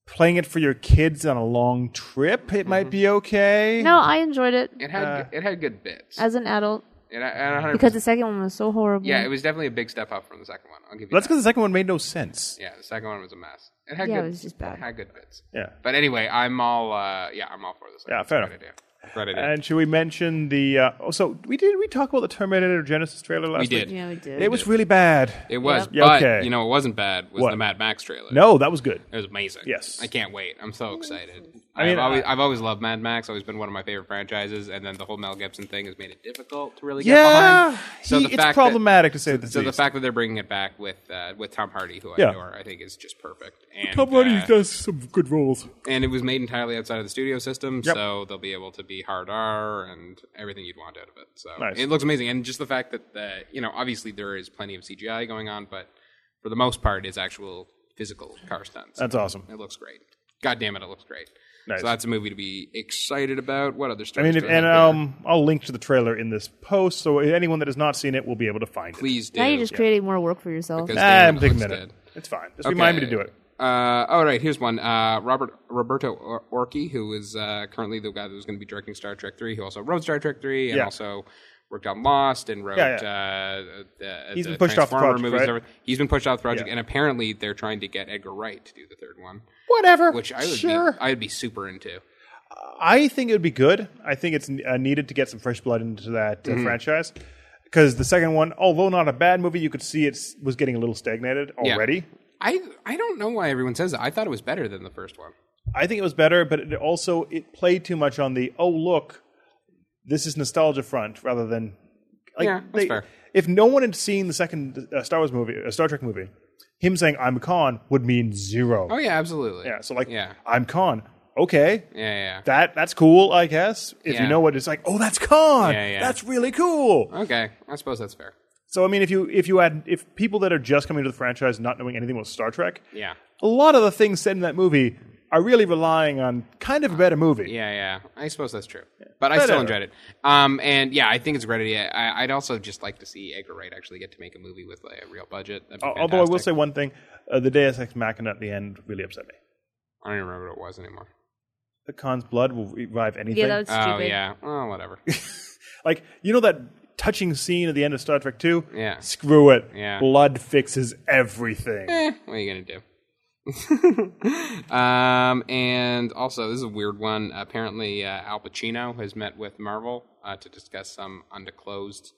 [SPEAKER 3] playing it for your kids on a long trip, it
[SPEAKER 2] Mm-hmm.
[SPEAKER 3] might be okay.
[SPEAKER 1] No, I enjoyed it
[SPEAKER 2] It had
[SPEAKER 3] Uh,
[SPEAKER 2] good- it had good bits.
[SPEAKER 1] as an adult
[SPEAKER 2] and I, and 100
[SPEAKER 1] because the second one was so horrible.
[SPEAKER 2] yeah, it was definitely a big step up from the second one. I'll give you
[SPEAKER 3] That's
[SPEAKER 2] that.
[SPEAKER 3] because the second one made no sense.
[SPEAKER 2] Yeah, the second one was a mess. It had
[SPEAKER 1] Yeah, it
[SPEAKER 2] good,
[SPEAKER 1] was just bad.
[SPEAKER 2] had good bits.
[SPEAKER 3] Yeah.
[SPEAKER 2] But anyway, I'm all uh, yeah, I'm all for this.
[SPEAKER 3] Yeah, fair Uh,
[SPEAKER 2] Great
[SPEAKER 3] enough.
[SPEAKER 2] idea. Great idea.
[SPEAKER 3] And should we mention the? Uh, oh, so we did we talk about the Terminator Genesis trailer last
[SPEAKER 2] we did.
[SPEAKER 1] yeah, we did.
[SPEAKER 3] Week? It was really bad.
[SPEAKER 2] It was,
[SPEAKER 3] Yeah,
[SPEAKER 2] but
[SPEAKER 3] okay.
[SPEAKER 2] you know, it wasn't bad. Was
[SPEAKER 3] What?
[SPEAKER 2] the Mad Max trailer?
[SPEAKER 3] No, that was good.
[SPEAKER 2] It was amazing.
[SPEAKER 3] Yes.
[SPEAKER 2] I can't wait. I'm so excited. I
[SPEAKER 3] I
[SPEAKER 2] mean, I've
[SPEAKER 3] mean,
[SPEAKER 2] always,
[SPEAKER 3] I-
[SPEAKER 2] I've always loved Mad Max. Always been one of my favorite franchises, and then the whole Mel Gibson thing has made it difficult to really get
[SPEAKER 3] Yeah,
[SPEAKER 2] behind. So
[SPEAKER 3] he-
[SPEAKER 2] the
[SPEAKER 3] it's
[SPEAKER 2] fact
[SPEAKER 3] problematic to say
[SPEAKER 2] That,
[SPEAKER 3] the
[SPEAKER 2] so the
[SPEAKER 3] least.
[SPEAKER 2] fact that they're bringing it back with uh, with Tom Hardy, who I
[SPEAKER 3] Yeah.
[SPEAKER 2] adore, I think is just perfect. And,
[SPEAKER 3] Tom Hardy
[SPEAKER 2] uh,
[SPEAKER 3] does some good roles.
[SPEAKER 2] and it was made entirely outside of the studio system,
[SPEAKER 3] Yep.
[SPEAKER 2] so they'll be able to be hard R and everything you'd want out of it. So
[SPEAKER 3] Nice.
[SPEAKER 2] it looks amazing, and just the fact that uh, you know, obviously there is plenty of CGI going on, but for the most part, it's actual physical car stunts.
[SPEAKER 3] That's awesome.
[SPEAKER 2] It looks great. God damn it, it looks great.
[SPEAKER 3] Nice.
[SPEAKER 2] So that's a movie to be excited about. What other
[SPEAKER 3] I
[SPEAKER 2] stories?
[SPEAKER 3] mean, if,
[SPEAKER 2] do I have
[SPEAKER 3] and
[SPEAKER 2] there?
[SPEAKER 3] um, I'll link to the trailer in this post, so anyone that has not seen it will be able to find it.
[SPEAKER 2] please do.
[SPEAKER 1] now you're just creating more work for yourself.
[SPEAKER 2] Because-
[SPEAKER 3] Ah, I'm
[SPEAKER 2] It
[SPEAKER 3] taking a
[SPEAKER 2] looks
[SPEAKER 3] minute.
[SPEAKER 2] good.
[SPEAKER 3] It's fine. Just remind me to do it.
[SPEAKER 2] Uh, all right, here's one. Uh, Robert Roberto Or- Orci, who is uh, currently the guy that was going to be directing Star Trek Three, who also wrote Star Trek Three, and
[SPEAKER 3] Yeah.
[SPEAKER 2] also worked on Lost and wrote.
[SPEAKER 3] Yeah,
[SPEAKER 2] Uh, the,
[SPEAKER 3] He's
[SPEAKER 2] the
[SPEAKER 3] been pushed off the
[SPEAKER 2] Transformer
[SPEAKER 3] project,
[SPEAKER 2] movies and
[SPEAKER 3] right?
[SPEAKER 2] everything. He's been pushed off the project,
[SPEAKER 3] Yeah.
[SPEAKER 2] and apparently they're trying to get Edgar Wright to do the third one,
[SPEAKER 3] Whatever.
[SPEAKER 2] which I would
[SPEAKER 3] sure.
[SPEAKER 2] be, I'd be super into.
[SPEAKER 3] I think it would be good. I think it's uh, needed to get some fresh blood into that uh, franchise because the second one, although not a bad movie, you could see it was getting a little stagnated
[SPEAKER 2] Yeah.
[SPEAKER 3] already.
[SPEAKER 2] I I don't know why everyone says that. I thought it was better than the first one.
[SPEAKER 3] I think it was better, but it also it played too much on the oh look, this is nostalgia front rather than like
[SPEAKER 2] Yeah, that's fair.
[SPEAKER 3] if no one had seen the second uh, Star Wars movie, uh, Star Trek movie, him saying I'm Khan would mean zero.
[SPEAKER 2] Oh yeah, absolutely.
[SPEAKER 3] Yeah, so like
[SPEAKER 2] yeah,
[SPEAKER 3] I'm Khan. Okay,
[SPEAKER 2] yeah, yeah.
[SPEAKER 3] that that's cool, I guess. If
[SPEAKER 2] Yeah.
[SPEAKER 3] you know what it's like, oh, that's Khan.
[SPEAKER 2] Yeah, yeah.
[SPEAKER 3] That's really cool.
[SPEAKER 2] Okay, I suppose that's fair.
[SPEAKER 3] So I mean, if you if you had if people that are just coming to the franchise not knowing anything about Star Trek,
[SPEAKER 2] Yeah.
[SPEAKER 3] a lot of the things said in that movie are really relying on kind of a better movie.
[SPEAKER 2] Yeah, yeah. I suppose that's true. But I
[SPEAKER 3] But uh,
[SPEAKER 2] still
[SPEAKER 3] anyway.
[SPEAKER 2] enjoyed it. Um, and yeah, I think it's a great idea. I, I'd also just like to see Edgar Wright actually get to make a movie with like, a real budget. That'd be
[SPEAKER 3] Al- Although I will
[SPEAKER 2] fantastic.
[SPEAKER 3] say one thing, uh, the Deus Ex Machina at the end really upset me.
[SPEAKER 2] I don't even remember what it was anymore.
[SPEAKER 3] The Khan's blood will revive anything.
[SPEAKER 1] yeah, that was
[SPEAKER 2] Oh
[SPEAKER 1] stupid.
[SPEAKER 2] yeah. Oh whatever.
[SPEAKER 3] like you know that touching scene at the end of Star Trek Two.
[SPEAKER 2] Yeah.
[SPEAKER 3] Screw it.
[SPEAKER 2] Yeah.
[SPEAKER 3] Blood fixes everything.
[SPEAKER 2] Eh, what are you gonna do? um, and also this is a weird one. Apparently, uh, Al Pacino has met with Marvel uh, to discuss some undisclosed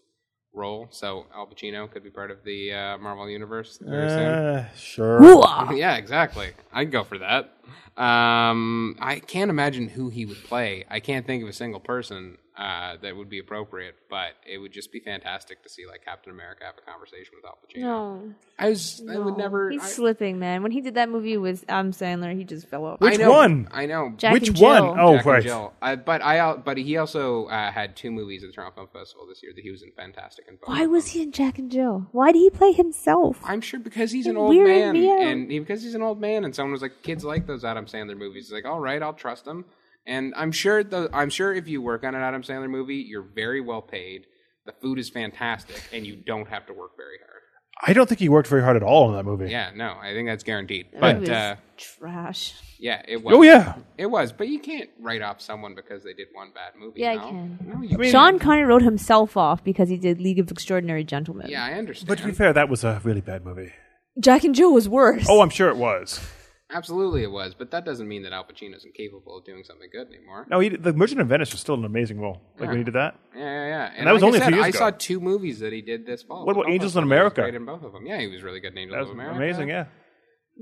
[SPEAKER 2] role. So Al Pacino could be part of the uh, Marvel universe. very soon.
[SPEAKER 3] Uh, sure.
[SPEAKER 1] Whoa!
[SPEAKER 2] Yeah, exactly. I'd go for that. Um, I can't imagine who he would play. I can't think of a single person uh, that would be appropriate, but it would just be fantastic to see like Captain America have a conversation with Al Pacino.
[SPEAKER 1] No,
[SPEAKER 2] I was, I
[SPEAKER 1] no.
[SPEAKER 2] would never.
[SPEAKER 1] He's
[SPEAKER 2] I,
[SPEAKER 1] slipping, man. When he did that movie with Adam Sandler, he just fell off.
[SPEAKER 3] Which
[SPEAKER 2] I know,
[SPEAKER 3] one?
[SPEAKER 2] I know.
[SPEAKER 1] Jack
[SPEAKER 3] Which
[SPEAKER 1] and Jill.
[SPEAKER 3] one? Oh,
[SPEAKER 2] Jack and
[SPEAKER 3] right.
[SPEAKER 2] Jill. I, but I, al- but he also uh, had two movies at the Toronto Film Festival this year that he was in fantastic. And
[SPEAKER 1] Why was he in Jack and Jill? Why did he play himself?
[SPEAKER 2] I'm sure because he's an
[SPEAKER 1] It
[SPEAKER 2] old
[SPEAKER 1] weirded
[SPEAKER 2] man,
[SPEAKER 1] me out.
[SPEAKER 2] and he, because he's an old man, and someone was like, "Kids like those Adam Sandler movies." He's like, "All right, I'll trust him." And I'm sure the I'm sure if you work on an Adam Sandler movie, you're very well paid. The food is fantastic, and you don't have to work very hard.
[SPEAKER 3] I don't think he worked very hard at all in that movie.
[SPEAKER 2] Yeah, no, I think that's guaranteed.
[SPEAKER 1] It
[SPEAKER 2] But
[SPEAKER 1] was
[SPEAKER 2] uh,
[SPEAKER 1] trash.
[SPEAKER 2] yeah, it was.
[SPEAKER 3] Oh yeah.
[SPEAKER 2] it was. But you can't write off someone because they did one bad movie.
[SPEAKER 1] Yeah, I
[SPEAKER 2] no.
[SPEAKER 1] can.
[SPEAKER 2] No, you
[SPEAKER 1] Sean Connery wrote himself off because he did League of Extraordinary Gentlemen.
[SPEAKER 2] Yeah, I understand.
[SPEAKER 3] But to be fair, that was a really bad movie.
[SPEAKER 1] Jack and Jill was worse.
[SPEAKER 3] Oh, I'm sure it was.
[SPEAKER 2] Absolutely, it was. But that doesn't mean that Al Pacino isn't capable of doing something good anymore.
[SPEAKER 3] No, he, the Merchant of Venice was still an amazing role. Like when he did that.
[SPEAKER 2] Yeah, yeah, yeah. And,
[SPEAKER 3] that was
[SPEAKER 2] like
[SPEAKER 3] only a
[SPEAKER 2] I
[SPEAKER 3] few
[SPEAKER 2] said,
[SPEAKER 3] years
[SPEAKER 2] I
[SPEAKER 3] ago.
[SPEAKER 2] saw two movies that he did this fall.
[SPEAKER 3] What about
[SPEAKER 2] Both of
[SPEAKER 3] Angels in
[SPEAKER 2] them. He was
[SPEAKER 3] America?
[SPEAKER 2] Great in both of them. Yeah, he was really good in Angels
[SPEAKER 3] That was
[SPEAKER 2] of America.
[SPEAKER 3] amazing. Yeah.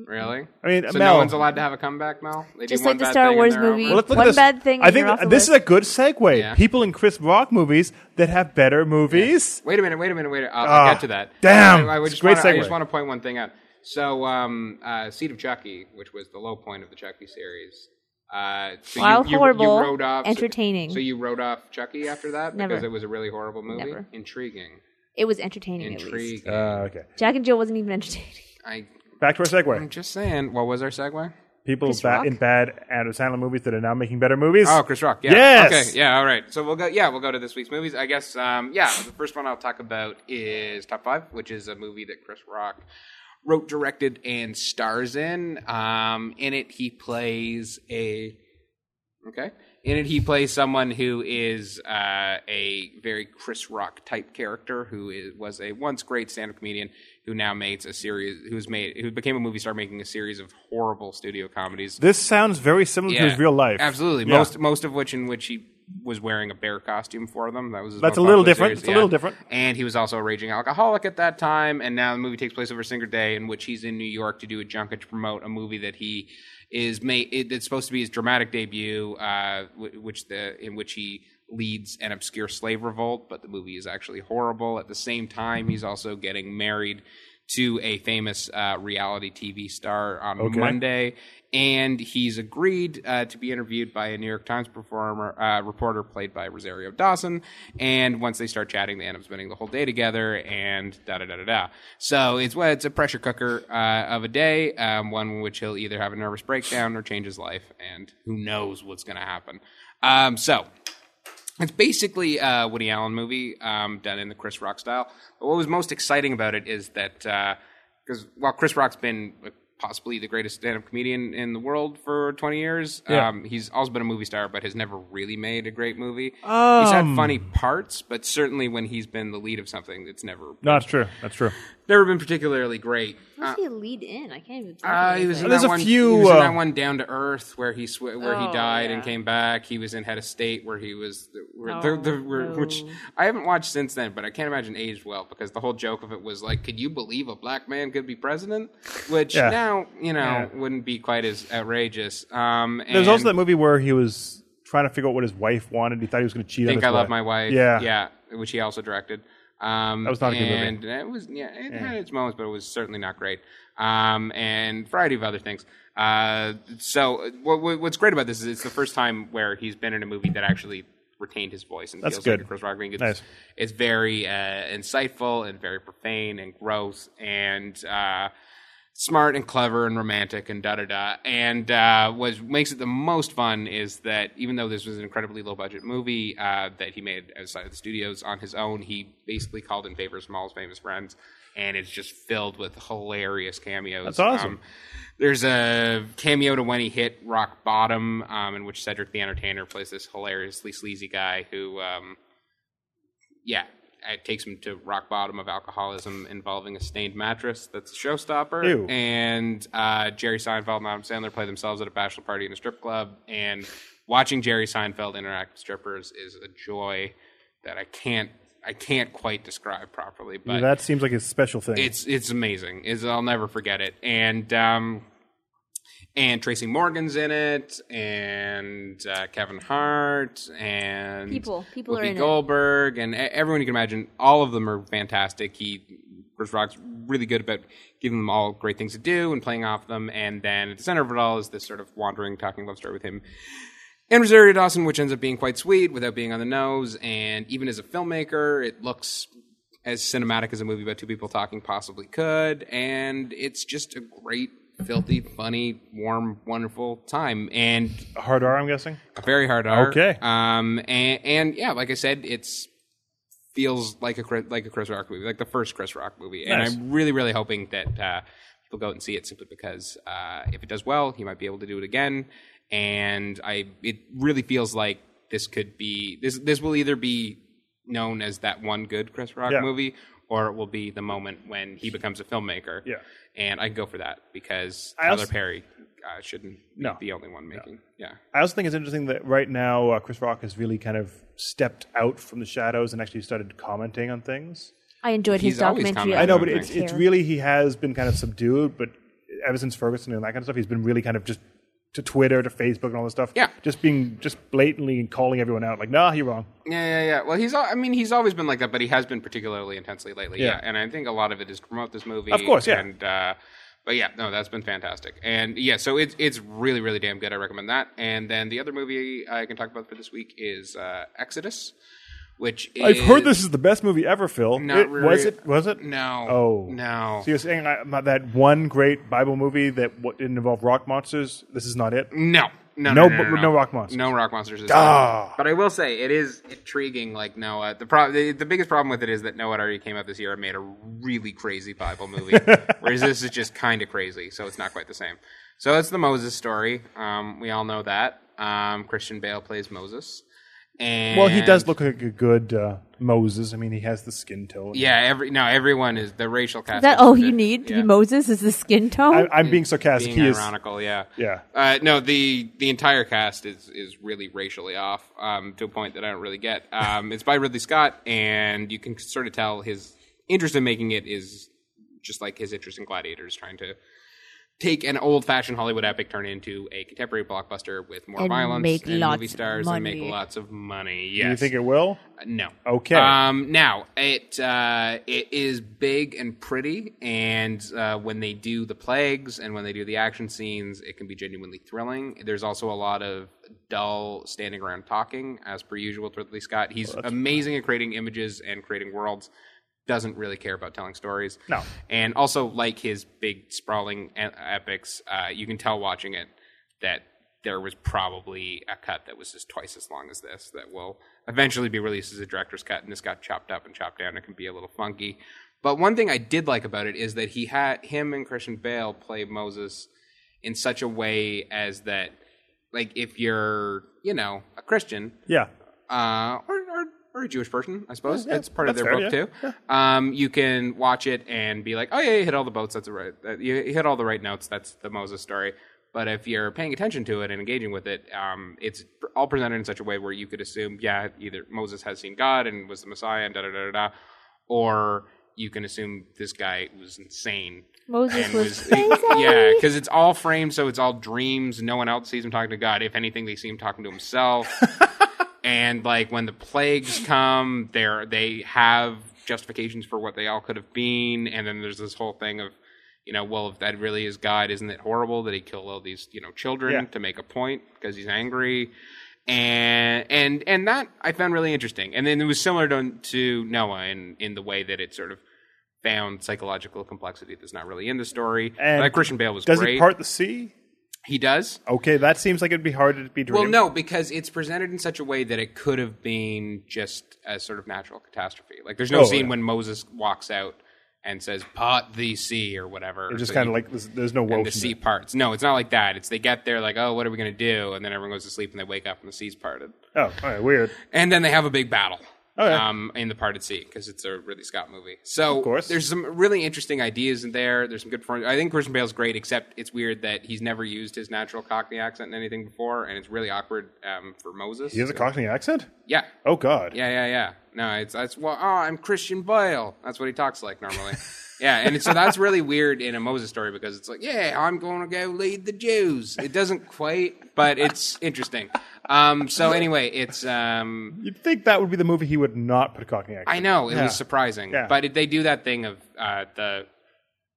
[SPEAKER 2] Really?
[SPEAKER 3] I mean,
[SPEAKER 2] so no
[SPEAKER 3] Mel-
[SPEAKER 2] one's allowed to have a comeback, Mel. They do
[SPEAKER 1] Just
[SPEAKER 2] one
[SPEAKER 1] like the
[SPEAKER 2] bad
[SPEAKER 1] Star
[SPEAKER 2] thing and
[SPEAKER 1] Wars
[SPEAKER 2] they're
[SPEAKER 1] movie.
[SPEAKER 2] over?
[SPEAKER 1] Well, One bad thing
[SPEAKER 3] I
[SPEAKER 1] and
[SPEAKER 3] think
[SPEAKER 1] you're off the
[SPEAKER 3] this is a
[SPEAKER 1] list.
[SPEAKER 3] good segue.
[SPEAKER 2] Yeah.
[SPEAKER 3] People in Chris Rock movies that have better movies.
[SPEAKER 2] Wait a minute, wait a minute, wait. A minute. I'll, I'll
[SPEAKER 3] Ah,
[SPEAKER 2] get to that.
[SPEAKER 3] damn.
[SPEAKER 2] I, I, would
[SPEAKER 3] It's
[SPEAKER 2] just
[SPEAKER 3] a great
[SPEAKER 2] wanna, I
[SPEAKER 3] segue.
[SPEAKER 2] just want to point one thing out. So, um, uh, Seed of Chucky, which was the low point of the Chucky series. Uh, so you-
[SPEAKER 1] While
[SPEAKER 2] you, you,
[SPEAKER 1] horrible,
[SPEAKER 2] wrote off,
[SPEAKER 1] entertaining.
[SPEAKER 2] So, you wrote off Chucky after that
[SPEAKER 1] Never.
[SPEAKER 2] because it was a really horrible movie.
[SPEAKER 1] Never.
[SPEAKER 2] Intriguing,
[SPEAKER 1] It was entertaining at least.
[SPEAKER 2] intriguing.
[SPEAKER 3] Uh, okay.
[SPEAKER 1] Jack and Jill wasn't even entertaining.
[SPEAKER 2] I,
[SPEAKER 3] Back to our
[SPEAKER 2] I'm
[SPEAKER 3] segue.
[SPEAKER 2] just saying. What was our segue?
[SPEAKER 3] people
[SPEAKER 1] Chris
[SPEAKER 3] ba-
[SPEAKER 1] Rock?
[SPEAKER 3] in bad Adam Sandler movies that are now making better movies.
[SPEAKER 2] Oh, Chris Rock. Yeah.
[SPEAKER 3] Yes!
[SPEAKER 2] Okay. Yeah. All right. So we'll go. Yeah, we'll go to this week's movies. I guess. Um, yeah. The first one I'll talk about is Top Five, which is a movie that Chris Rock wrote, directed, and stars in. Um, in it, he plays a Okay. In it, he plays someone who is uh, a very Chris Rock type character, who is, was a once great stand-up comedian, who now makes a series, who's made, who became a movie star, making a series of horrible studio comedies.
[SPEAKER 3] This sounds very similar to his real life.
[SPEAKER 2] Absolutely.
[SPEAKER 3] Yeah.
[SPEAKER 2] Most most of which in which he was wearing a bear costume for them. That was his
[SPEAKER 3] That's
[SPEAKER 2] most
[SPEAKER 3] a little
[SPEAKER 2] popular
[SPEAKER 3] different.
[SPEAKER 2] series.
[SPEAKER 3] It's a little different.
[SPEAKER 2] And he was also a raging alcoholic at that time. And now the movie takes place over Singer Day, in which he's in New York to do a junket to promote a movie that he is made. It's supposed to be his dramatic debut, uh, wh- which the in which he leads an obscure slave revolt. But the movie is actually horrible. At the same time, he's also getting married. To a famous uh, reality TV star on Monday. Monday, and he's agreed uh, to be interviewed by a New York Times performer uh, reporter played by Rosario Dawson. And once they start chatting, they end up spending the whole day together, and da da da da da. So it's well, it's a pressure cooker uh, of a day, um, one in which he'll either have a nervous breakdown or change his life, and who knows what's going to happen. Um, so it's basically a Woody Allen movie um, done in the Chris Rock style. But what was most exciting about it is that because while Chris Rock's been possibly the greatest stand-up comedian in the world for 20 years,
[SPEAKER 3] Yeah.
[SPEAKER 2] um, he's also been a movie star, but has never really made a great movie. he's had funny parts, but certainly when he's been the lead of something, it's never
[SPEAKER 3] No, that's true. That's true.
[SPEAKER 2] never been particularly great.
[SPEAKER 1] What's he lead in? I can't even. Think
[SPEAKER 2] Uh,
[SPEAKER 1] of
[SPEAKER 2] he was in
[SPEAKER 1] anything.
[SPEAKER 3] There's
[SPEAKER 2] that
[SPEAKER 3] a
[SPEAKER 2] one,
[SPEAKER 3] few,
[SPEAKER 2] He was in
[SPEAKER 3] uh,
[SPEAKER 2] that one Down to Earth where he sw- where he
[SPEAKER 1] Oh,
[SPEAKER 2] died and
[SPEAKER 1] yeah.
[SPEAKER 2] came back. He was in Head of State where he was, where, the,
[SPEAKER 1] Oh,
[SPEAKER 2] the, where,
[SPEAKER 1] no.
[SPEAKER 2] which I haven't watched since then, but I can't imagine aged well because the whole joke of it was like, could you believe a black man could be president? Which
[SPEAKER 3] Yeah.
[SPEAKER 2] now you know
[SPEAKER 3] Yeah.
[SPEAKER 2] wouldn't be quite as outrageous. Um, and
[SPEAKER 3] There's also that movie where he was trying to figure out what his wife wanted. He thought he was going to cheat on
[SPEAKER 2] Think
[SPEAKER 3] his
[SPEAKER 2] I Love
[SPEAKER 3] wife.
[SPEAKER 2] My Wife.
[SPEAKER 3] Yeah.
[SPEAKER 2] yeah, which he also directed. Um,
[SPEAKER 3] That was not a good movie.
[SPEAKER 2] and it was yeah, it had its moments, but it was certainly not great. Um, and variety of other things. Uh, so what, what- what's great about this is it's the first time where he's been in a movie that actually retained his voice and
[SPEAKER 3] That's
[SPEAKER 2] feels
[SPEAKER 3] good.
[SPEAKER 2] like a Chris Rock movie. It's,
[SPEAKER 3] Nice.
[SPEAKER 2] it's very uh, insightful and very profane and gross and. Uh, smart and clever and romantic and da da da. And uh, what makes it the most fun is that even though this was an incredibly low budget movie uh, that he made outside of the studios on his own, he basically called in favors from all his famous friends. And it's just filled with hilarious cameos.
[SPEAKER 3] That's awesome.
[SPEAKER 2] Um, there's a cameo to when he hit rock bottom, um, in which Cedric the Entertainer plays this hilariously sleazy guy who um, yeah, it takes him to rock bottom of alcoholism involving a stained mattress. That's a showstopper.
[SPEAKER 3] Ew.
[SPEAKER 2] And uh, Jerry Seinfeld and Adam Sandler play themselves at a bachelor party in a strip club. And watching Jerry Seinfeld interact with strippers is a joy that I can't I can't quite describe properly. But
[SPEAKER 3] that seems like his special thing.
[SPEAKER 2] it's it's amazing. Is I'll never forget it. And um, and Tracy Morgan's in it, and uh, Kevin Hart, and
[SPEAKER 1] People. People are
[SPEAKER 2] Whoopi
[SPEAKER 1] in it.
[SPEAKER 2] Goldberg, and e- everyone you can imagine. All of them are fantastic. He Chris Rock's really good about giving them all great things to do and playing off them. And then at the center of it all is this sort of wandering, talking love story with him and Rosario Dawson, which ends up being quite sweet without being on the nose. And even as a filmmaker, it looks as cinematic as a movie about two people talking possibly could. And it's just a great, filthy, funny, warm, wonderful time. And
[SPEAKER 3] Hard R, I'm guessing.
[SPEAKER 2] a very hard R.
[SPEAKER 3] Okay.
[SPEAKER 2] Um, and, and yeah, like I said, it's feels like a Chris- like a Chris Rock movie, like the first Chris Rock movie. And
[SPEAKER 3] Nice.
[SPEAKER 2] I'm really, really hoping that uh, people go out and see it simply because uh, if it does well, he might be able to do it again. And I, it really feels like this could be this. This will either be known as that one good Chris Rock
[SPEAKER 3] Yeah.
[SPEAKER 2] movie, or it will be the moment when he becomes a filmmaker.
[SPEAKER 3] Yeah.
[SPEAKER 2] And I go for that because
[SPEAKER 3] I
[SPEAKER 2] Tyler
[SPEAKER 3] also-
[SPEAKER 2] Perry uh, shouldn't be
[SPEAKER 3] No.
[SPEAKER 2] the only one making. Yeah.
[SPEAKER 3] I also think it's interesting that right now uh, Chris Rock has really kind of stepped out from the shadows and actually started commenting on things.
[SPEAKER 1] I enjoyed his
[SPEAKER 2] He's always
[SPEAKER 1] documentary.
[SPEAKER 2] commented
[SPEAKER 3] I know,
[SPEAKER 2] don't
[SPEAKER 3] but
[SPEAKER 2] think
[SPEAKER 3] it's it's
[SPEAKER 1] care.
[SPEAKER 3] really he has been kind of subdued. But ever since Ferguson and that kind of stuff, he's been really kind of just to Twitter, to Facebook, and all this stuff.
[SPEAKER 2] Yeah.
[SPEAKER 3] just being just blatantly calling everyone out, like, "Nah, you're wrong."
[SPEAKER 2] Yeah, yeah, yeah. Well, he's. al- I mean, he's always been like that, but he has been particularly intensely lately.
[SPEAKER 3] Yeah.
[SPEAKER 2] Yeah, and I think a lot of it is to promote this movie.
[SPEAKER 3] Of course, yeah.
[SPEAKER 2] And uh, but yeah, no, that's been fantastic. And yeah, so it's it's really really damn good. I recommend that. And then the other movie I can talk about for this week is uh, Exodus, which
[SPEAKER 3] I've heard
[SPEAKER 2] is-
[SPEAKER 3] this is the best movie ever, Phil.
[SPEAKER 2] Not
[SPEAKER 3] It- Was
[SPEAKER 2] really.
[SPEAKER 3] it? Was it?
[SPEAKER 2] No.
[SPEAKER 3] Oh.
[SPEAKER 2] No.
[SPEAKER 3] So you're saying I- about that one great Bible movie that what didn't involve rock monsters? This is not it.
[SPEAKER 2] No. No,
[SPEAKER 3] No
[SPEAKER 2] no, no,
[SPEAKER 3] bu-
[SPEAKER 2] no,
[SPEAKER 3] no rock monsters.
[SPEAKER 2] No rock monsters. This
[SPEAKER 3] Ah.
[SPEAKER 2] time. But I will say it is intriguing. Like Noah, the, pro- the the biggest problem with it is that Noah already came out this year and made a really crazy Bible movie, whereas this is just kind of crazy, so it's not quite the same. So it's the Moses story. Um, we all know that. Um, Christian Bale plays Moses. And
[SPEAKER 3] Well, he does look like a good uh, Moses. I mean, he has the skin tone.
[SPEAKER 2] Yeah, every no, everyone is the racial cast.
[SPEAKER 1] Is that all you need to
[SPEAKER 2] yeah.
[SPEAKER 1] be Moses? Is the skin tone?
[SPEAKER 3] I, I'm being sarcastic.
[SPEAKER 2] being
[SPEAKER 3] he is.
[SPEAKER 2] ironical. Yeah,
[SPEAKER 3] Yeah.
[SPEAKER 2] Uh, no, the the entire cast is is really racially off um, to a point that I don't really get. Um, it's by Ridley Scott, and you can sort of tell his interest in making it is just like his interest in Gladiators, trying to take an old fashioned Hollywood epic, turn it into a contemporary blockbuster with more
[SPEAKER 1] And
[SPEAKER 2] violence
[SPEAKER 1] make
[SPEAKER 2] and
[SPEAKER 1] lots
[SPEAKER 2] movie
[SPEAKER 1] of
[SPEAKER 2] stars and make
[SPEAKER 1] money.
[SPEAKER 2] lots of money.
[SPEAKER 3] Do
[SPEAKER 2] Yes,
[SPEAKER 3] you think it will?
[SPEAKER 2] no.
[SPEAKER 3] Okay.
[SPEAKER 2] Um, now it uh, it is big and pretty, and uh, when they do the plagues and when they do the action scenes, it can be genuinely thrilling. There's also a lot of dull standing around talking, as per usual. with Ridley Scott,
[SPEAKER 3] Oh,
[SPEAKER 2] he's amazing at creating images and creating worlds. Doesn't really care about telling stories.
[SPEAKER 3] No.
[SPEAKER 2] And also, like his big sprawling e- epics, uh, you can tell watching it that there was probably a cut that was just twice as long as this that will eventually be released as a director's cut, and this got chopped up and chopped down. It can be a little funky. But one thing I did like about it is that he had him and Christian Bale play Moses in such a way as that, like, if you're, you know, a Christian,
[SPEAKER 3] Yeah.
[SPEAKER 2] uh, or, or, or a Jewish person, I suppose.
[SPEAKER 3] Yeah, yeah,
[SPEAKER 2] it's part of
[SPEAKER 3] that's
[SPEAKER 2] their
[SPEAKER 3] fair,
[SPEAKER 2] book too. Um, you can watch it and be like, "Oh yeah, you hit all the boats. That's the right. That, you you hit all the right notes. That's the Moses story." But if you're paying attention to it and engaging with it, um, it's pr- all presented in such a way where you could assume, yeah, either Moses has seen God and was the Messiah and da da da da, da, or you can assume this guy was insane
[SPEAKER 1] Moses was
[SPEAKER 2] yeah, because it's all framed, so it's all dreams. No one else sees him talking to God. If anything, they see him talking to himself. and like when the plagues come, they are they have justifications for what they all could have been. And then there's this whole thing of, you know, well, if that really is God, isn't it horrible that he killed all these you know children
[SPEAKER 3] Yeah.
[SPEAKER 2] to make a point because he's angry? And and and that I found really interesting. And then it was similar to, to Noah in in the way that it sort of found psychological complexity that's not really in the story.
[SPEAKER 3] And
[SPEAKER 2] Like Christian Bale was
[SPEAKER 3] Does
[SPEAKER 2] great.
[SPEAKER 3] it part the sea?
[SPEAKER 2] he does.
[SPEAKER 3] Okay, that seems like it'd be hard to be.
[SPEAKER 2] Well, no, because it's presented in such a way that it could have been just a sort of natural catastrophe. Like there's no
[SPEAKER 3] Oh,
[SPEAKER 2] scene
[SPEAKER 3] yeah.
[SPEAKER 2] when Moses walks out and says "Pot the sea" or whatever.
[SPEAKER 3] It's just
[SPEAKER 2] So
[SPEAKER 3] kind of
[SPEAKER 2] you-
[SPEAKER 3] like there's, there's no woe.
[SPEAKER 2] and the
[SPEAKER 3] to
[SPEAKER 2] sea
[SPEAKER 3] it.
[SPEAKER 2] parts. No, it's not like that. It's they get there like, oh, what are we gonna do? And then everyone goes to sleep and they wake up and the sea's parted.
[SPEAKER 3] Oh, all right, weird.
[SPEAKER 2] And then they have a big battle
[SPEAKER 3] Okay.
[SPEAKER 2] um, in the parted sea because it's a Ridley Scott movie. So
[SPEAKER 3] course.
[SPEAKER 2] there's some really interesting ideas in there. There's some good. Form- I think Christian Bale's great, except it's weird that he's never used his natural Cockney accent in anything before, and it's really awkward um, for Moses.
[SPEAKER 3] He has a Cockney accent.
[SPEAKER 2] yeah,
[SPEAKER 3] Oh God.
[SPEAKER 2] yeah, yeah, yeah. No, it's that's well. Oh, I'm Christian Bale. That's what he talks like normally. yeah, and so that's really weird in a Moses story because it's like, yeah, I'm going to go lead the Jews. It doesn't quite, but it's interesting. Um, so anyway, it's um,
[SPEAKER 3] You'd think that would be the movie he would not put a Cockney accent.
[SPEAKER 2] I know it
[SPEAKER 3] Yeah.
[SPEAKER 2] was surprising,
[SPEAKER 3] Yeah.
[SPEAKER 2] but it- they do that thing of uh, the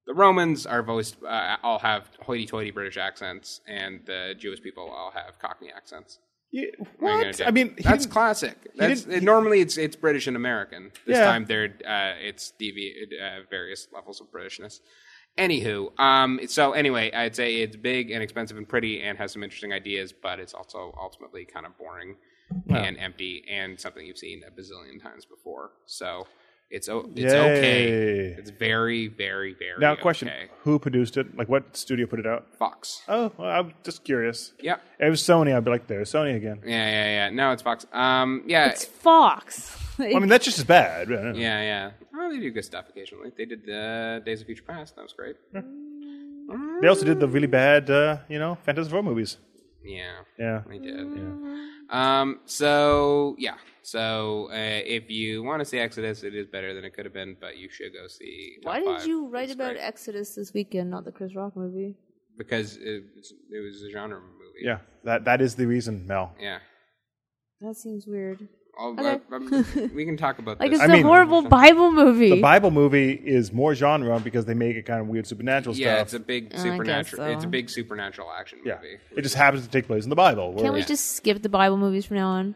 [SPEAKER 2] the Romans are voiced uh, all have hoity-toity British accents, and the Jewish people all have Cockney accents.
[SPEAKER 3] You-
[SPEAKER 2] What are you
[SPEAKER 3] what?
[SPEAKER 2] gonna do?
[SPEAKER 3] I mean, he
[SPEAKER 2] that's
[SPEAKER 3] didn't-
[SPEAKER 2] classic. That's,
[SPEAKER 3] didn't-
[SPEAKER 2] it- normally it's it's British and American. This
[SPEAKER 3] Yeah.
[SPEAKER 2] time they're uh, it's deviated uh, various levels of Britishness. Anywho, um, so anyway, I'd say it's big and expensive and pretty and has some interesting ideas, but it's also ultimately kind of boring and empty and something you've seen a bazillion times before. So it's o- it's
[SPEAKER 3] Yay.
[SPEAKER 2] okay. It's very very very
[SPEAKER 3] Now, question:
[SPEAKER 2] okay.
[SPEAKER 3] Who produced it? Like, what studio put it out?
[SPEAKER 2] Fox.
[SPEAKER 3] Oh, well, I'm just curious.
[SPEAKER 2] Yeah.
[SPEAKER 3] If it was Sony. I'd be like, there's Sony again.
[SPEAKER 2] Yeah, yeah, yeah. No, it's Fox. Um, yeah,
[SPEAKER 1] It's Fox.
[SPEAKER 3] I mean, that's just as bad. Yeah.
[SPEAKER 2] Yeah, yeah. Oh, they do good stuff occasionally. They did the Days of Future Past. That was great.
[SPEAKER 3] Hmm. They also did the really bad, uh, you know, Fantastic Four movies.
[SPEAKER 2] Yeah,
[SPEAKER 3] Yeah.
[SPEAKER 2] they did. Um. So yeah. So uh, if you want to see Exodus, it is better than it could have been, but you should go see.
[SPEAKER 1] Why
[SPEAKER 2] Top
[SPEAKER 1] did
[SPEAKER 2] Five.
[SPEAKER 1] you write
[SPEAKER 2] It's
[SPEAKER 1] about E-
[SPEAKER 2] great.
[SPEAKER 1] Exodus this weekend, not the Chris Rock movie?
[SPEAKER 2] Because it, was- it was a genre movie.
[SPEAKER 3] Yeah. That that is the reason, Mel.
[SPEAKER 2] Yeah.
[SPEAKER 1] That seems weird.
[SPEAKER 2] I'll,
[SPEAKER 1] Okay.
[SPEAKER 2] I, I'm- we can talk about
[SPEAKER 1] Like
[SPEAKER 2] this.
[SPEAKER 1] it's
[SPEAKER 3] I
[SPEAKER 1] a
[SPEAKER 3] mean-
[SPEAKER 1] horrible Bible movie.
[SPEAKER 3] The Bible movie is more genre because they make it kind of weird supernatural
[SPEAKER 2] yeah,
[SPEAKER 3] stuff.
[SPEAKER 2] it's a big
[SPEAKER 1] I guess
[SPEAKER 2] supernatural.
[SPEAKER 1] so.
[SPEAKER 2] It's a big supernatural action
[SPEAKER 3] yeah.
[SPEAKER 2] movie.
[SPEAKER 3] It just happens to take place in the Bible. where-
[SPEAKER 1] Can't we just skip the Bible movies from now on?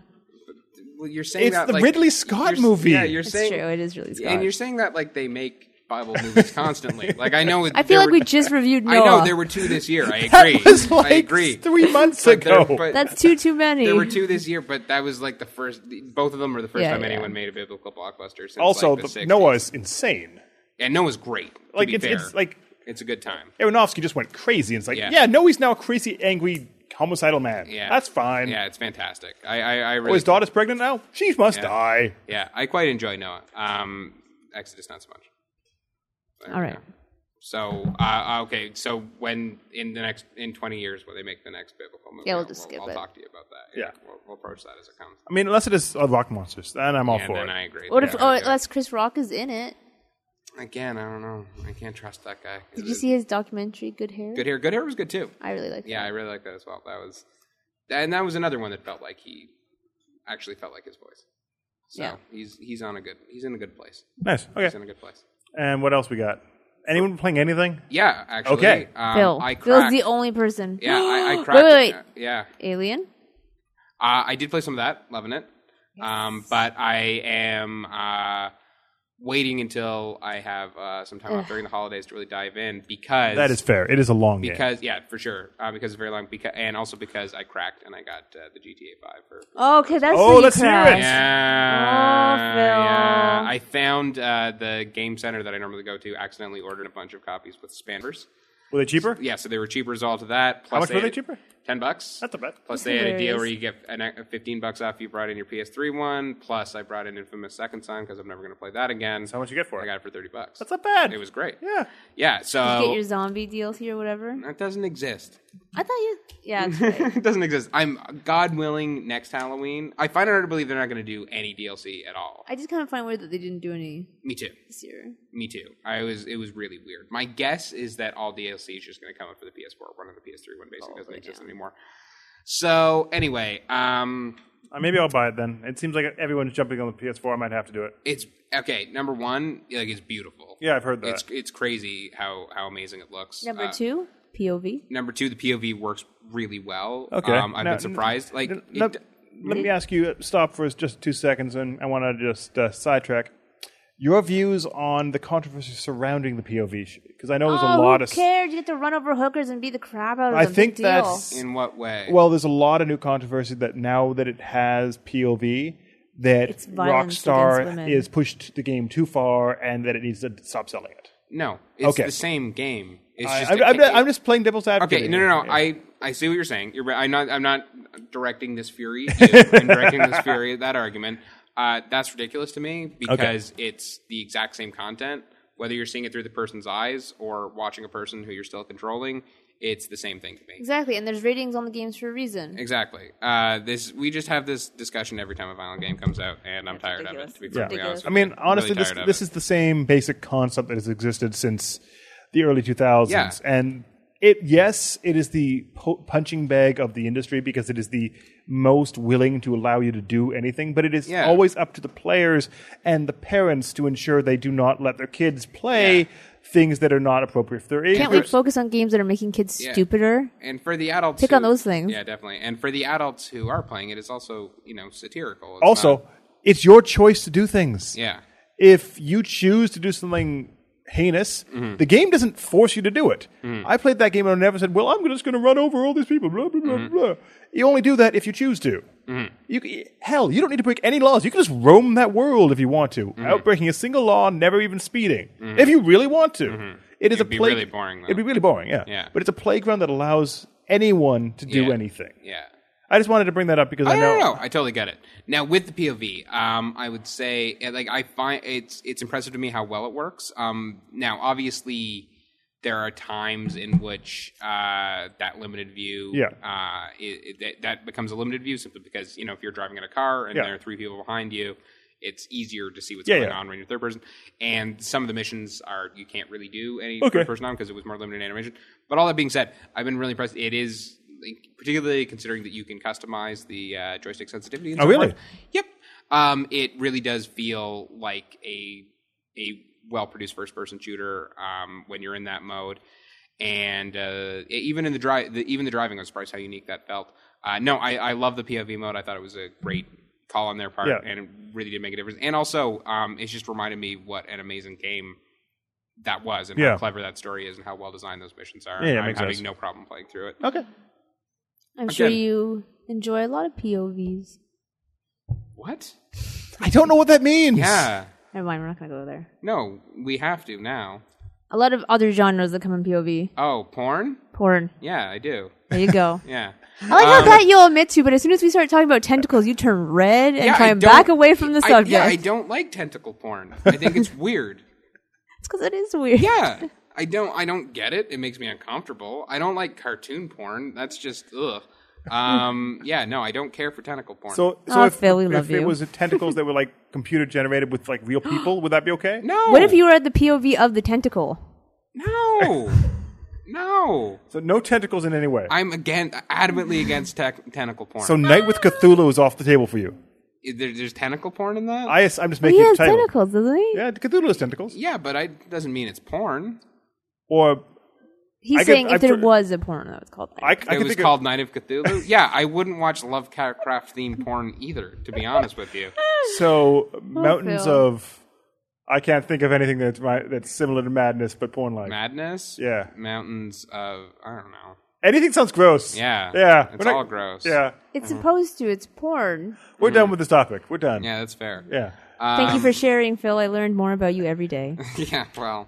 [SPEAKER 2] well, you're saying
[SPEAKER 3] It's
[SPEAKER 2] that
[SPEAKER 3] the
[SPEAKER 2] like,
[SPEAKER 3] Ridley Scott
[SPEAKER 2] you're-
[SPEAKER 3] movie.
[SPEAKER 2] Yeah, you're
[SPEAKER 1] It's
[SPEAKER 2] saying
[SPEAKER 1] true. It is really Scott.
[SPEAKER 2] and you're saying that like they make Bible movies constantly. like I know.
[SPEAKER 1] I feel
[SPEAKER 2] there
[SPEAKER 1] like we
[SPEAKER 2] were-
[SPEAKER 1] just reviewed Noah.
[SPEAKER 2] I know there were two this year. I
[SPEAKER 3] That
[SPEAKER 2] agree.
[SPEAKER 3] was like
[SPEAKER 2] I agree.
[SPEAKER 3] three months
[SPEAKER 2] But there-
[SPEAKER 3] ago.
[SPEAKER 2] but-
[SPEAKER 1] That's too too many.
[SPEAKER 2] There were two this year, but that was like the first. Both of them were the first
[SPEAKER 1] Yeah,
[SPEAKER 2] time
[SPEAKER 1] yeah.
[SPEAKER 2] anyone made a biblical blockbuster. Since
[SPEAKER 3] also,
[SPEAKER 2] like, the
[SPEAKER 3] the
[SPEAKER 2] 60s.
[SPEAKER 3] Noah is insane.
[SPEAKER 2] and Noah's great. To
[SPEAKER 3] Like
[SPEAKER 2] be
[SPEAKER 3] it's,
[SPEAKER 2] fair.
[SPEAKER 3] it's like
[SPEAKER 2] it's a good time.
[SPEAKER 3] Aronofsky just went crazy. And it's like, yeah.
[SPEAKER 2] Yeah.
[SPEAKER 3] no, he's now a crazy, angry, homicidal man.
[SPEAKER 2] Yeah,
[SPEAKER 3] that's fine.
[SPEAKER 2] Yeah, it's fantastic. I, I, I
[SPEAKER 3] Oh,
[SPEAKER 2] really,
[SPEAKER 3] his daughter's pregnant now. She must die.
[SPEAKER 2] yeah, I quite enjoy Noah. Um, Exodus not so much. But,
[SPEAKER 1] All right.
[SPEAKER 2] yeah. So uh, okay, so when in the next in twenty years when they make the next biblical movie,
[SPEAKER 1] Yeah, we'll
[SPEAKER 2] I'll-
[SPEAKER 1] just
[SPEAKER 2] I'll,
[SPEAKER 1] skip
[SPEAKER 2] I'll
[SPEAKER 1] it.
[SPEAKER 2] talk to you about that.
[SPEAKER 3] Yeah.
[SPEAKER 2] we'll, we'll approach that as it comes.
[SPEAKER 3] I mean, unless it is uh, rock monsters, then I'm all
[SPEAKER 2] and
[SPEAKER 3] for
[SPEAKER 2] then
[SPEAKER 3] it.
[SPEAKER 2] I agree.
[SPEAKER 1] What if?
[SPEAKER 2] Yeah,
[SPEAKER 1] Oh,
[SPEAKER 2] yeah.
[SPEAKER 1] unless Chris Rock is in it.
[SPEAKER 2] again? I don't know. I can't trust that guy.
[SPEAKER 1] Did you see his documentary Good Hair?
[SPEAKER 2] Good hair. Good hair was good too.
[SPEAKER 1] I really like.
[SPEAKER 2] Yeah, I
[SPEAKER 1] that.
[SPEAKER 2] really like that as well. That was, and that was another one that felt like he actually felt like his voice. So
[SPEAKER 1] Yeah.
[SPEAKER 2] he's he's on a good he's in a good place.
[SPEAKER 3] Nice.
[SPEAKER 2] He's
[SPEAKER 3] Okay.
[SPEAKER 2] in a good place.
[SPEAKER 3] And what else we got? Anyone playing anything?
[SPEAKER 2] Yeah, actually.
[SPEAKER 3] Okay.
[SPEAKER 2] um,
[SPEAKER 1] Phil.
[SPEAKER 2] I
[SPEAKER 1] Phil's
[SPEAKER 2] cracked.
[SPEAKER 1] the only person.
[SPEAKER 2] yeah, I, I
[SPEAKER 1] Wait,
[SPEAKER 2] cracked.
[SPEAKER 1] wait,
[SPEAKER 2] uh,
[SPEAKER 1] wait.
[SPEAKER 2] yeah,
[SPEAKER 1] Alien.
[SPEAKER 2] uh, I did play some of that, loving it. Um, but I am uh, waiting until I have uh, some time off during the holidays to really dive in because
[SPEAKER 3] That is fair. It is a long game.
[SPEAKER 2] because yeah for sure uh, because it's very long because and also because I cracked and I got uh, the GTA Five for
[SPEAKER 1] Okay, that's
[SPEAKER 3] Oh,
[SPEAKER 1] who you
[SPEAKER 3] let's hear it.
[SPEAKER 1] crashed.
[SPEAKER 2] Yeah,
[SPEAKER 1] Oh,
[SPEAKER 2] yeah.
[SPEAKER 1] Phil.
[SPEAKER 2] I found uh, the game center that I normally go to accidentally ordered a bunch of copies with spanners.
[SPEAKER 3] Were they cheaper?
[SPEAKER 2] Yeah, so they were cheaper as all to that. Plus
[SPEAKER 3] How much were they
[SPEAKER 2] had-
[SPEAKER 3] cheaper?
[SPEAKER 2] Ten bucks.
[SPEAKER 3] That's a bet.
[SPEAKER 2] Plus, they had a deal
[SPEAKER 1] Hilarious.
[SPEAKER 2] where you get an, e- fifteen bucks off. if You brought in your PS3 one. Plus, I brought in Infamous Second Son because I'm never going to play that again.
[SPEAKER 3] How much you get for
[SPEAKER 2] I
[SPEAKER 3] it?
[SPEAKER 2] got it for thirty bucks.
[SPEAKER 3] That's not bad.
[SPEAKER 2] It was great.
[SPEAKER 3] Yeah.
[SPEAKER 2] Yeah.
[SPEAKER 1] Did you get
[SPEAKER 2] So
[SPEAKER 1] your zombie DLC or whatever.
[SPEAKER 2] that doesn't exist.
[SPEAKER 1] I thought you. Yeah. It's right.
[SPEAKER 2] it doesn't exist. I'm God willing. Next Halloween, I find it hard to believe they're not going to do any DLC at all.
[SPEAKER 1] I just kind of find weird that they didn't do any
[SPEAKER 2] Me too.
[SPEAKER 1] this year.
[SPEAKER 2] Me too. I was. It was really weird. My guess is that all DLC is just going to come up for the PS4 one, and the PS3 one basically doesn't
[SPEAKER 1] Probably,
[SPEAKER 2] exist
[SPEAKER 1] Oh, yeah.
[SPEAKER 2] anymore. So anyway, um,
[SPEAKER 3] Uh, maybe I'll buy it then. It seems like everyone's jumping on the PS4. I might have to do it.
[SPEAKER 2] it's okay. Number one, like it's beautiful.
[SPEAKER 3] Yeah, I've heard that.
[SPEAKER 2] it's it's crazy how how amazing it looks.
[SPEAKER 1] Number
[SPEAKER 2] Uh,
[SPEAKER 1] two, POV.
[SPEAKER 2] Number two, the POV works really well.
[SPEAKER 3] Okay.
[SPEAKER 2] um, I've
[SPEAKER 3] Now-
[SPEAKER 2] been surprised. Like,
[SPEAKER 3] N-
[SPEAKER 2] it
[SPEAKER 3] let,
[SPEAKER 2] d-
[SPEAKER 3] let me ask you, uh, stop for just two seconds, and I want to just uh, sidetrack your views on the controversy surrounding the POV, because I know there's a
[SPEAKER 1] oh,
[SPEAKER 3] lot
[SPEAKER 1] who
[SPEAKER 3] of.
[SPEAKER 1] cared? You get to run over hookers and beat the crap out of
[SPEAKER 3] I
[SPEAKER 1] them.
[SPEAKER 3] think
[SPEAKER 1] Big deal.
[SPEAKER 3] that's
[SPEAKER 2] in what way?
[SPEAKER 3] Well, there's a lot of new controversy that now that it has POV, that
[SPEAKER 1] It's violence against
[SPEAKER 3] Rockstar
[SPEAKER 1] women.
[SPEAKER 3] is pushed the game too far, and that it needs to stop selling it.
[SPEAKER 2] no, it's
[SPEAKER 3] okay.
[SPEAKER 2] the same game. It's
[SPEAKER 3] I,
[SPEAKER 2] just
[SPEAKER 3] am
[SPEAKER 2] a-
[SPEAKER 3] I'm, I'm just playing devil's advocate.
[SPEAKER 2] Okay, no,
[SPEAKER 3] here.
[SPEAKER 2] no, no. I, I see what you're saying. You're right. I'm not. I'm not directing this fury. at you. I'm directing this fury at that argument. Uh, that's ridiculous to me because it's the exact same content. Whether you're seeing it through the person's eyes or watching a person who you're still controlling, it's the same thing to me.
[SPEAKER 1] Exactly, and there's ratings on the games for a reason.
[SPEAKER 2] Exactly. Uh, this we just have this discussion every time a violent game comes out, and I'm tired
[SPEAKER 1] ridiculous.
[SPEAKER 2] of it. To be
[SPEAKER 1] It's
[SPEAKER 2] perfectly
[SPEAKER 1] ridiculous.
[SPEAKER 2] honest,
[SPEAKER 3] I
[SPEAKER 2] with
[SPEAKER 3] mean,
[SPEAKER 2] you. I'm
[SPEAKER 3] honestly,
[SPEAKER 2] really
[SPEAKER 3] this,
[SPEAKER 2] tired of
[SPEAKER 3] this
[SPEAKER 2] it.
[SPEAKER 3] is the same basic concept that has existed since the early 2000s.
[SPEAKER 2] Yeah.
[SPEAKER 3] And it, yes, it is the po- punching bag of the industry because it is the most willing to allow you to do anything, but it is
[SPEAKER 2] Yeah.
[SPEAKER 3] always up to the players and the parents to ensure they do not let their kids play
[SPEAKER 2] Yeah.
[SPEAKER 3] things that are not appropriate for their age.
[SPEAKER 1] Can't we focus on games that are making kids
[SPEAKER 2] Yeah.
[SPEAKER 1] stupider?
[SPEAKER 2] and for the adults,
[SPEAKER 1] Pick
[SPEAKER 2] who-
[SPEAKER 1] on those things.
[SPEAKER 2] Yeah, definitely. And for the adults who are playing it, it's also you know satirical. It's
[SPEAKER 3] also,
[SPEAKER 2] not-
[SPEAKER 3] it's your choice to do things.
[SPEAKER 2] yeah.
[SPEAKER 3] if you choose to do something heinous,
[SPEAKER 2] Mm-hmm.
[SPEAKER 3] the game doesn't force you to do it.
[SPEAKER 2] Mm.
[SPEAKER 3] I played that game and I never said, "Well, I'm just going to run over all these people." Blah blah blah
[SPEAKER 2] Mm-hmm.
[SPEAKER 3] blah. You only do that if you choose to. You c- hell, you don't need to break any laws. You can just roam that world if you want to,
[SPEAKER 2] Mm-hmm.
[SPEAKER 3] without breaking a single law, never even speeding, if you really want to. It is
[SPEAKER 2] Mm-hmm. It'd
[SPEAKER 3] a
[SPEAKER 2] be
[SPEAKER 3] play-
[SPEAKER 2] really boring, though.
[SPEAKER 3] It'd be really boring, yeah.
[SPEAKER 2] Yeah.
[SPEAKER 3] But it's a playground that allows anyone to do
[SPEAKER 2] Yeah.
[SPEAKER 3] anything.
[SPEAKER 2] Yeah.
[SPEAKER 3] I just wanted to bring that up because I,
[SPEAKER 2] I
[SPEAKER 3] know.
[SPEAKER 2] don't know. I totally get it. Now with the POV, um, I would say eh, like I find it's it's impressive to me how well it works. Um, now obviously there are times in which uh, that limited view
[SPEAKER 3] Yeah.
[SPEAKER 2] uh, it, it, that- that becomes a limited view simply because you know if you're driving in a car and
[SPEAKER 3] Yeah.
[SPEAKER 2] there are three people behind you. It's easier to see what's
[SPEAKER 3] Yeah,
[SPEAKER 2] going
[SPEAKER 3] yeah.
[SPEAKER 2] on when you're third person, and some of the missions are you can't really do any
[SPEAKER 3] Okay.
[SPEAKER 2] third person on because it was more limited animation. But all that being said, I've been really impressed. It is like, particularly considering that you can customize the uh, joystick sensitivity. And
[SPEAKER 3] Oh,
[SPEAKER 2] so
[SPEAKER 3] really?
[SPEAKER 2] forth. Yep. Um, it really does feel like a a well produced first person shooter um, when you're in that mode. And uh, even in the drive, the, even the driving, I was surprised how unique that felt. Uh, no, I, I love the POV mode. I thought it was a great call on their part,
[SPEAKER 3] Yeah.
[SPEAKER 2] and it really did make a difference. And also, um, it just reminded me what an amazing game that was, and
[SPEAKER 3] Yeah.
[SPEAKER 2] how clever that story is, and how well designed those missions are.
[SPEAKER 3] Yeah, yeah,
[SPEAKER 2] I'm
[SPEAKER 3] makes
[SPEAKER 2] having
[SPEAKER 3] sense.
[SPEAKER 2] no problem playing through it.
[SPEAKER 3] Okay.
[SPEAKER 1] I'm sure
[SPEAKER 2] Again-
[SPEAKER 1] you enjoy a lot of POVs.
[SPEAKER 2] What?
[SPEAKER 3] I don't know what that means.
[SPEAKER 2] Yeah.
[SPEAKER 1] Never mind, we're not going to go there.
[SPEAKER 2] No, we have to now.
[SPEAKER 1] A lot of other genres that come in POV.
[SPEAKER 2] Oh, porn?
[SPEAKER 1] Porn.
[SPEAKER 2] Yeah, I do.
[SPEAKER 1] There you go.
[SPEAKER 2] Yeah.
[SPEAKER 1] I like
[SPEAKER 2] Um,
[SPEAKER 1] how that you'll admit to, but as soon as we start talking about tentacles, you turn red and
[SPEAKER 2] Yeah,
[SPEAKER 1] try
[SPEAKER 2] I
[SPEAKER 1] and
[SPEAKER 2] don't-
[SPEAKER 1] back away from the
[SPEAKER 2] I,
[SPEAKER 1] subject.
[SPEAKER 2] yeah, I don't like tentacle porn. I think it's weird.
[SPEAKER 1] it's because it is weird.
[SPEAKER 2] Yeah. I don't I don't get it. It makes me uncomfortable. I don't like cartoon porn. That's just ugh. Um yeah, no, I don't care for tentacle porn.
[SPEAKER 3] So, so
[SPEAKER 1] Aw,
[SPEAKER 3] if,
[SPEAKER 1] Phil, Oh, we
[SPEAKER 3] if
[SPEAKER 1] love
[SPEAKER 3] it
[SPEAKER 1] you.
[SPEAKER 3] was tentacles that were like computer generated with like real people, would that be okay?
[SPEAKER 2] no.
[SPEAKER 1] What if you were at the POV of the tentacle?
[SPEAKER 2] No. no.
[SPEAKER 3] So no tentacles in any way.
[SPEAKER 2] I'm again adamantly against tec- tentacle porn.
[SPEAKER 3] so Night with Cthulhu is off the table for you.
[SPEAKER 2] Is there, there's tentacle porn in that?
[SPEAKER 3] I, am just
[SPEAKER 1] He
[SPEAKER 3] making it
[SPEAKER 1] has
[SPEAKER 3] title.
[SPEAKER 1] tentacles, doesn't he?
[SPEAKER 3] Yeah, Cthulhu has tentacles.
[SPEAKER 2] yeah, but I doesn't mean it's porn.
[SPEAKER 3] Or
[SPEAKER 1] He's
[SPEAKER 3] I get-
[SPEAKER 1] saying if
[SPEAKER 3] I've
[SPEAKER 1] there
[SPEAKER 3] tr-
[SPEAKER 1] was a porn that was called.
[SPEAKER 3] I, I
[SPEAKER 1] Like,
[SPEAKER 2] it
[SPEAKER 3] can
[SPEAKER 2] was
[SPEAKER 3] think
[SPEAKER 2] called Night of Cthulhu. yeah, I wouldn't watch Lovecraft themed porn either, to be honest with you.
[SPEAKER 3] of so mountains
[SPEAKER 1] Oh, Phil.
[SPEAKER 3] of. I can't think of anything that's my, that's similar to madness, but porn like
[SPEAKER 2] Madness?
[SPEAKER 3] Yeah.
[SPEAKER 2] Mountains of I don't know.
[SPEAKER 3] anything sounds gross.
[SPEAKER 2] Yeah.
[SPEAKER 3] yeah,
[SPEAKER 2] It's
[SPEAKER 3] We're not-
[SPEAKER 2] all gross. Mm-hmm.
[SPEAKER 3] Yeah,
[SPEAKER 1] it's supposed to. It's porn.
[SPEAKER 3] we're done with this topic. We're done.
[SPEAKER 2] Yeah, that's fair.
[SPEAKER 3] Yeah.
[SPEAKER 1] Thank
[SPEAKER 2] Um,
[SPEAKER 1] you for sharing, Phil. I learned more about you every day.
[SPEAKER 2] yeah, well,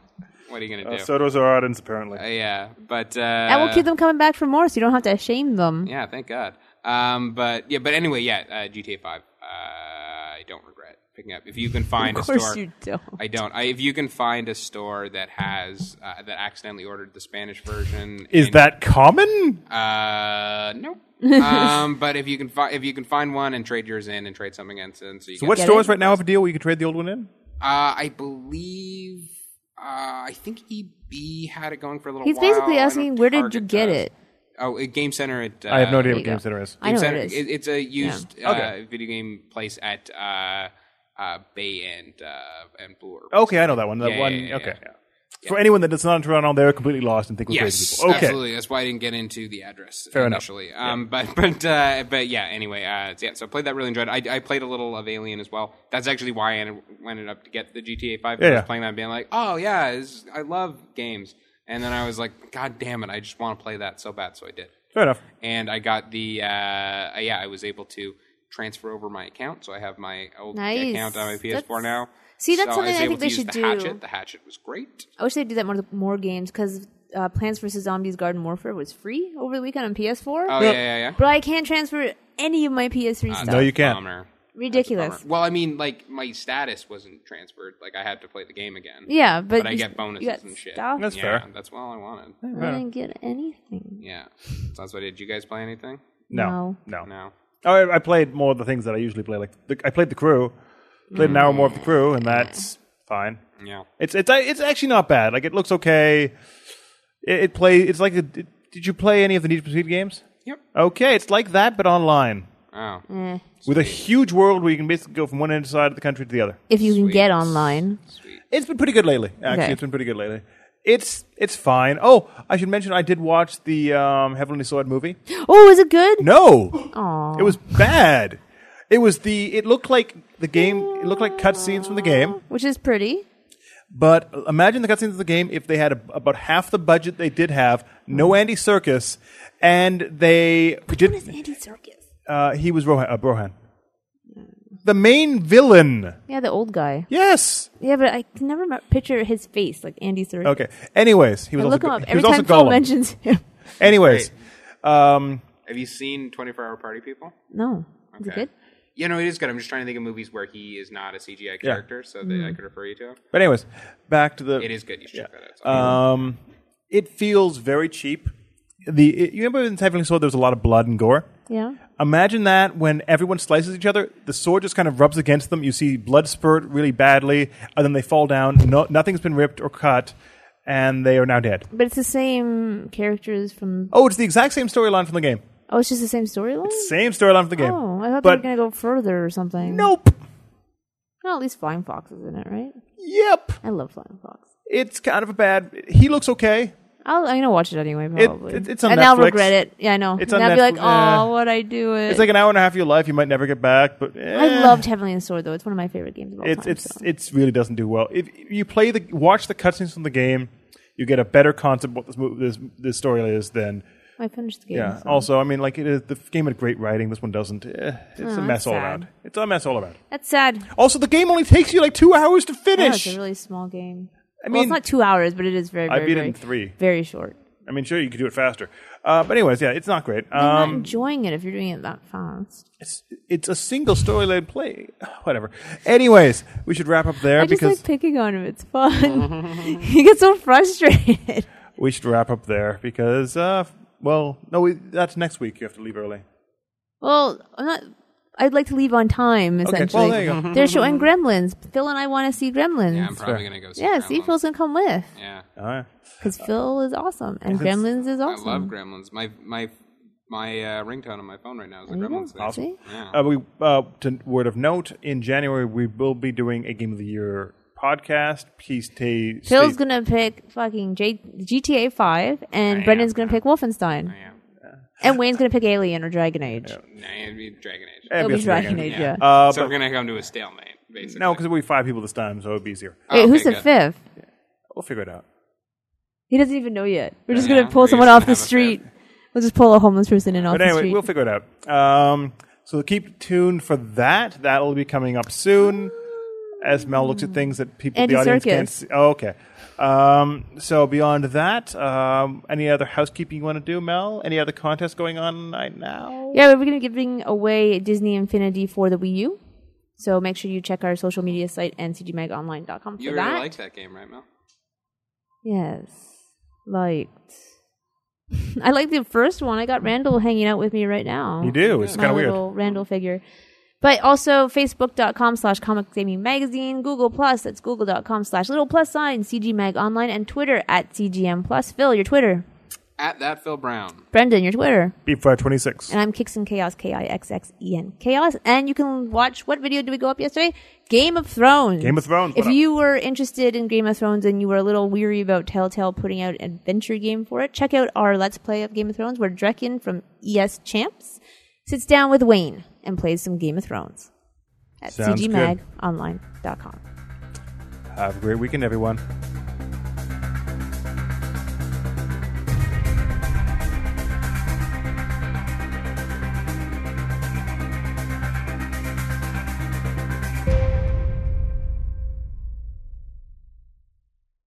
[SPEAKER 2] what are you going to
[SPEAKER 3] Uh,
[SPEAKER 2] do?
[SPEAKER 3] so does our audience apparently.
[SPEAKER 2] Uh, yeah, but. Uh,
[SPEAKER 1] That will keep them coming back for more, so you don't have to shame them.
[SPEAKER 2] Yeah, thank God. Um, but yeah, but anyway, yeah, uh, GTA 5. Uh, I don't regret picking up. If you can find
[SPEAKER 1] of
[SPEAKER 2] a
[SPEAKER 1] course
[SPEAKER 2] store.
[SPEAKER 1] you don't.
[SPEAKER 2] I don't. I, if you can find a store that has uh, that accidentally ordered the Spanish version,
[SPEAKER 3] Is
[SPEAKER 2] and-
[SPEAKER 3] that common?
[SPEAKER 2] uh no? um, but if you can find if you can find one and trade yours in and trade something in, so you
[SPEAKER 3] So
[SPEAKER 2] can
[SPEAKER 3] what
[SPEAKER 1] Get
[SPEAKER 3] stores
[SPEAKER 1] it?
[SPEAKER 3] right now have a deal where you can trade the old one in?
[SPEAKER 2] Uh, I believe. Uh, I think EB had it going for a little
[SPEAKER 1] He's
[SPEAKER 2] while. I
[SPEAKER 1] basically
[SPEAKER 2] don't
[SPEAKER 1] asking,
[SPEAKER 2] think
[SPEAKER 1] where did you
[SPEAKER 2] Target
[SPEAKER 1] get
[SPEAKER 2] does.
[SPEAKER 1] it?
[SPEAKER 2] Oh, at Game Center at. Uh,
[SPEAKER 3] I have no idea
[SPEAKER 1] There
[SPEAKER 3] what
[SPEAKER 1] you go.
[SPEAKER 3] Game Center is.
[SPEAKER 1] I know what
[SPEAKER 2] Center,
[SPEAKER 1] it is.
[SPEAKER 2] it's a used
[SPEAKER 3] Yeah. Okay.
[SPEAKER 2] uh, video game place at uh, uh, Bay and uh, and Bloor.
[SPEAKER 3] Okay, I know that one. That
[SPEAKER 2] Yeah,
[SPEAKER 3] one.
[SPEAKER 2] yeah, yeah,
[SPEAKER 3] okay.
[SPEAKER 2] yeah.
[SPEAKER 3] For anyone that is not in Toronto, they're completely lost and think we're
[SPEAKER 2] Yes,
[SPEAKER 3] crazy people. Okay.
[SPEAKER 2] absolutely. That's why I didn't get into the address
[SPEAKER 3] Fair enough.
[SPEAKER 2] initially. Um, but but uh, but yeah. Anyway, uh, yeah. So I played that. Really enjoyed. it. I, I played a little of Alien as well. That's actually why I ended, ended up to get the GTA Five.
[SPEAKER 3] Yeah,
[SPEAKER 2] I was
[SPEAKER 3] yeah.
[SPEAKER 2] playing that, and being like, oh yeah, this, I love games. And then I was like, God damn it, I just want to play that so bad. So I did.
[SPEAKER 3] Fair enough.
[SPEAKER 2] And I got the uh, uh, yeah, I was able to transfer over my account, so I have my old
[SPEAKER 1] Nice.
[SPEAKER 2] account on my PS4
[SPEAKER 1] That's-
[SPEAKER 2] now.
[SPEAKER 1] See, that's
[SPEAKER 2] So
[SPEAKER 1] something
[SPEAKER 2] was
[SPEAKER 1] I think
[SPEAKER 2] able to
[SPEAKER 1] they
[SPEAKER 2] use
[SPEAKER 1] should
[SPEAKER 2] the
[SPEAKER 1] do.
[SPEAKER 2] Hatchet. The hatchet was great.
[SPEAKER 1] I wish they'd do that more more games because uh, Plants vs Zombies Garden Warfare was free over the weekend on PS4.
[SPEAKER 2] Oh yeah, Uh, yeah, yeah.
[SPEAKER 1] But I can't transfer any of my PS3 stuff.
[SPEAKER 3] No, you can't.
[SPEAKER 2] Bummer.
[SPEAKER 1] Ridiculous.
[SPEAKER 2] Bummer. Well, I mean, like my status wasn't transferred. Like I had to play the game again.
[SPEAKER 1] Yeah, but,
[SPEAKER 2] But I
[SPEAKER 1] you-
[SPEAKER 2] get bonuses
[SPEAKER 1] you got
[SPEAKER 2] and shit.
[SPEAKER 1] stuff.
[SPEAKER 3] That's
[SPEAKER 2] yeah,
[SPEAKER 3] fair.
[SPEAKER 2] That's all I wanted.
[SPEAKER 1] I didn't get anything.
[SPEAKER 2] Yeah. So that's what I did. You guys play anything?
[SPEAKER 3] No. No.
[SPEAKER 2] No.
[SPEAKER 3] Oh, I, I played more of the things that I usually play. Like the, I played the crew, played an hour more of the crew, and that's fine.
[SPEAKER 2] Yeah.
[SPEAKER 3] It's it's it's actually not bad. Like it looks okay. It, it play. It's like. A, did did you play any of the Need for Speed games?
[SPEAKER 2] Yep.
[SPEAKER 3] Okay, it's like that, but online
[SPEAKER 2] Oh.
[SPEAKER 1] Eh.
[SPEAKER 3] with a huge world where you can basically go from one end side of the country to the other.
[SPEAKER 1] If you can
[SPEAKER 2] Sweet.
[SPEAKER 1] get online,
[SPEAKER 2] Sweet.
[SPEAKER 3] It's been pretty good lately. Actually,
[SPEAKER 1] Okay.
[SPEAKER 3] it's been pretty good lately. It's it's fine. Oh, I should mention I did watch the um, Heavenly Sword movie.
[SPEAKER 1] oh, is it good?
[SPEAKER 3] No, it was bad. It was the. It looked like the game. It looked like cutscenes from the game.
[SPEAKER 1] Which is pretty.
[SPEAKER 3] But imagine the cutscenes of the game if they had a, about half the budget they did have.
[SPEAKER 1] Hmm.
[SPEAKER 3] No Andy Circus, and they did.
[SPEAKER 1] It's Andy Serkis.
[SPEAKER 3] Uh, he was Rohan. Uh, Rohan.
[SPEAKER 1] Hmm.
[SPEAKER 3] The main villain.
[SPEAKER 1] Yeah, the old guy.
[SPEAKER 3] Yes.
[SPEAKER 1] Yeah, but I can never remember, picture his face like Andy Serkis.
[SPEAKER 3] Okay. Anyways, he
[SPEAKER 1] I
[SPEAKER 3] was also.
[SPEAKER 1] look him
[SPEAKER 3] go-
[SPEAKER 1] up
[SPEAKER 3] He
[SPEAKER 1] every
[SPEAKER 3] was also
[SPEAKER 1] time Phil
[SPEAKER 3] Gollum.
[SPEAKER 1] mentions him.
[SPEAKER 3] Anyways, um,
[SPEAKER 2] Have you seen Twenty Four Hour Party People?
[SPEAKER 1] No, is it
[SPEAKER 2] Okay.
[SPEAKER 1] good?
[SPEAKER 2] Yeah, no, it is good. I'm just trying to think of movies where he is not a CGI character, so that
[SPEAKER 1] Mm-hmm.
[SPEAKER 2] I could refer you to him.
[SPEAKER 3] but anyways, back to the.
[SPEAKER 2] It is good. You should check that out. It's
[SPEAKER 3] Um, it feels very cheap. The it, you remember in Heavenly Sword, there was a lot of blood and gore.
[SPEAKER 1] Yeah.
[SPEAKER 3] Imagine that when everyone slices each other, the sword just kind of rubs against them. You see blood spurt really badly, and then they fall down. No, nothing's been ripped or cut, and they are now dead.
[SPEAKER 1] But it's the same characters from.
[SPEAKER 3] Oh, it's the exact same storyline from the game.
[SPEAKER 1] Oh, it's just the same storyline.
[SPEAKER 3] Same storyline from the game.
[SPEAKER 1] Oh, I thought
[SPEAKER 3] but
[SPEAKER 1] they were gonna go further or something.
[SPEAKER 3] nope.
[SPEAKER 1] Well, at least Flying Fox is in it, right?
[SPEAKER 3] Yep.
[SPEAKER 1] I love Flying Fox.
[SPEAKER 3] It's kind of a bad. He looks okay.
[SPEAKER 1] I'll, I'm gonna watch it anyway, probably.
[SPEAKER 3] it- it's on
[SPEAKER 1] and I'll
[SPEAKER 3] Netflix.
[SPEAKER 1] regret it. Yeah, I know.
[SPEAKER 3] It's
[SPEAKER 1] and
[SPEAKER 3] on
[SPEAKER 1] I'll be like,
[SPEAKER 3] Netflix, yeah.
[SPEAKER 1] oh, what I do it.
[SPEAKER 3] It's like an hour and a half of your life you might never get back, but eh,
[SPEAKER 1] I loved Heavenly and Sword though. It's one of my favorite games of all
[SPEAKER 3] it's
[SPEAKER 1] time.
[SPEAKER 3] it's
[SPEAKER 1] so.
[SPEAKER 3] it's really doesn't do well. If you play the watch the cutscenes from the game, you get a better concept of what this mo- this this story is than
[SPEAKER 1] I finished the game.
[SPEAKER 3] yeah.
[SPEAKER 1] so.
[SPEAKER 3] Also, I mean, like it is, the game had great writing. This one doesn't. Eh, it's
[SPEAKER 1] Oh,
[SPEAKER 3] a
[SPEAKER 1] that's
[SPEAKER 3] mess all
[SPEAKER 1] sad.
[SPEAKER 3] around. It's a mess all around.
[SPEAKER 1] That's sad.
[SPEAKER 3] Also, the game only takes you like two hours to
[SPEAKER 1] I know, it's
[SPEAKER 3] finish.
[SPEAKER 1] a really small game. I mean,
[SPEAKER 3] mean-
[SPEAKER 1] it's not two hours, but it is very.
[SPEAKER 3] I
[SPEAKER 1] very
[SPEAKER 3] beat it
[SPEAKER 1] very,
[SPEAKER 3] in three.
[SPEAKER 1] Very short.
[SPEAKER 3] I mean, sure, you could do it faster. Uh, but anyways, yeah, it's not great.
[SPEAKER 1] I'm not
[SPEAKER 3] Um,
[SPEAKER 1] enjoying it if you're doing it that fast.
[SPEAKER 3] it's it's a single story led play. Whatever. Anyways, we should wrap up there
[SPEAKER 1] I just
[SPEAKER 3] because
[SPEAKER 1] like picking on him. It's fun. you get so frustrated.
[SPEAKER 3] we should wrap up there because uh, well, no, we, that's next week. You have to leave early.
[SPEAKER 1] Well, I'm not. I'd like to leave on time.
[SPEAKER 3] Okay.
[SPEAKER 1] Essentially,
[SPEAKER 3] Well, there you go.
[SPEAKER 1] they're showing Gremlins. Phil and I want to see Gremlins.
[SPEAKER 2] Yeah, I'm probably
[SPEAKER 3] fair.
[SPEAKER 2] gonna go. See
[SPEAKER 1] Yeah,
[SPEAKER 2] Gremlins.
[SPEAKER 1] see, Phil's gonna come with
[SPEAKER 2] Yeah,
[SPEAKER 3] All right.
[SPEAKER 1] because Phil is awesome and Gremlins is awesome.
[SPEAKER 2] I love Gremlins. My my my uh, ringtone on my phone right now is a
[SPEAKER 1] you go.
[SPEAKER 2] Gremlins thing.
[SPEAKER 1] Oh, See?
[SPEAKER 2] Yeah.
[SPEAKER 3] Uh, we uh, to word of note in January we will be doing a game of the year podcast. Please stay.
[SPEAKER 1] Phil's
[SPEAKER 3] stay-
[SPEAKER 1] gonna pick fucking J- GTA Five, and
[SPEAKER 2] am,
[SPEAKER 1] Brendan's gonna
[SPEAKER 2] yeah.
[SPEAKER 1] pick Wolfenstein,
[SPEAKER 2] yeah.
[SPEAKER 1] and Wayne's gonna pick Alien or Dragon Age.
[SPEAKER 2] Nah, it'd be Dragon Age.
[SPEAKER 3] Eh,
[SPEAKER 1] It'll be
[SPEAKER 3] that's what we're
[SPEAKER 1] Dragon
[SPEAKER 3] gonna
[SPEAKER 1] Age,
[SPEAKER 3] do.
[SPEAKER 1] yeah.
[SPEAKER 3] Uh,
[SPEAKER 2] so
[SPEAKER 3] but-
[SPEAKER 2] we're gonna come to a stalemate, basically.
[SPEAKER 3] No, because we five people this time, so it'd be easier.
[SPEAKER 1] Wait,
[SPEAKER 2] Oh,
[SPEAKER 1] who's
[SPEAKER 2] okay,
[SPEAKER 1] the
[SPEAKER 2] good.
[SPEAKER 1] fifth?
[SPEAKER 3] We'll figure it out.
[SPEAKER 1] He doesn't even know yet. We're just
[SPEAKER 2] Yeah,
[SPEAKER 1] gonna pull
[SPEAKER 2] we're
[SPEAKER 1] someone
[SPEAKER 2] just
[SPEAKER 1] off
[SPEAKER 2] gonna
[SPEAKER 1] the
[SPEAKER 2] have a
[SPEAKER 1] street. We'll just pull a homeless person in off
[SPEAKER 3] But anyway,
[SPEAKER 1] the street.
[SPEAKER 3] we'll figure it out. Um, so keep tuned for that. That'll be coming up soon. As Mel looks at things that people,
[SPEAKER 1] Andy
[SPEAKER 3] the audience
[SPEAKER 1] Serkis.
[SPEAKER 3] can't see. Oh, okay. Um, so beyond that, um, any other housekeeping you want to do, Mel? Any other contests going on right now?
[SPEAKER 1] yeah, we're gonna be giving away Disney Infinity for the Wii U. So make sure you check our social media site and cgmagonline.com for
[SPEAKER 2] you really
[SPEAKER 1] that.
[SPEAKER 2] liked that game, right, Mel?
[SPEAKER 1] Yes. Liked. I like the first one. I got Randall hanging out with me right now.
[SPEAKER 3] You do. It's
[SPEAKER 1] My
[SPEAKER 3] kind of weird.
[SPEAKER 1] little Randall figure. But also facebook.com slash comic gaming magazine, Google Plus, that's google.com slash little plus sign, CG Mag Online, and Twitter at CGM Plus. Phil, your Twitter.
[SPEAKER 2] At that Phil Brown.
[SPEAKER 1] Brendan, your Twitter.
[SPEAKER 3] Beat Fire 26.
[SPEAKER 1] And I'm Kixen Chaos, K I X X E N Chaos. And you can watch what video did we go up yesterday? Game of Thrones.
[SPEAKER 3] Game of Thrones,
[SPEAKER 1] If
[SPEAKER 3] what up?
[SPEAKER 1] you were interested in Game of Thrones and you were a little weary about Telltale putting out an adventure game for it, check out our Let's Play of Game of Thrones where Drekken from ES Champs sits down with Wayne and plays some Game of Thrones at
[SPEAKER 3] Sounds good.
[SPEAKER 1] cgmagonline.com.
[SPEAKER 3] Have a great weekend, everyone.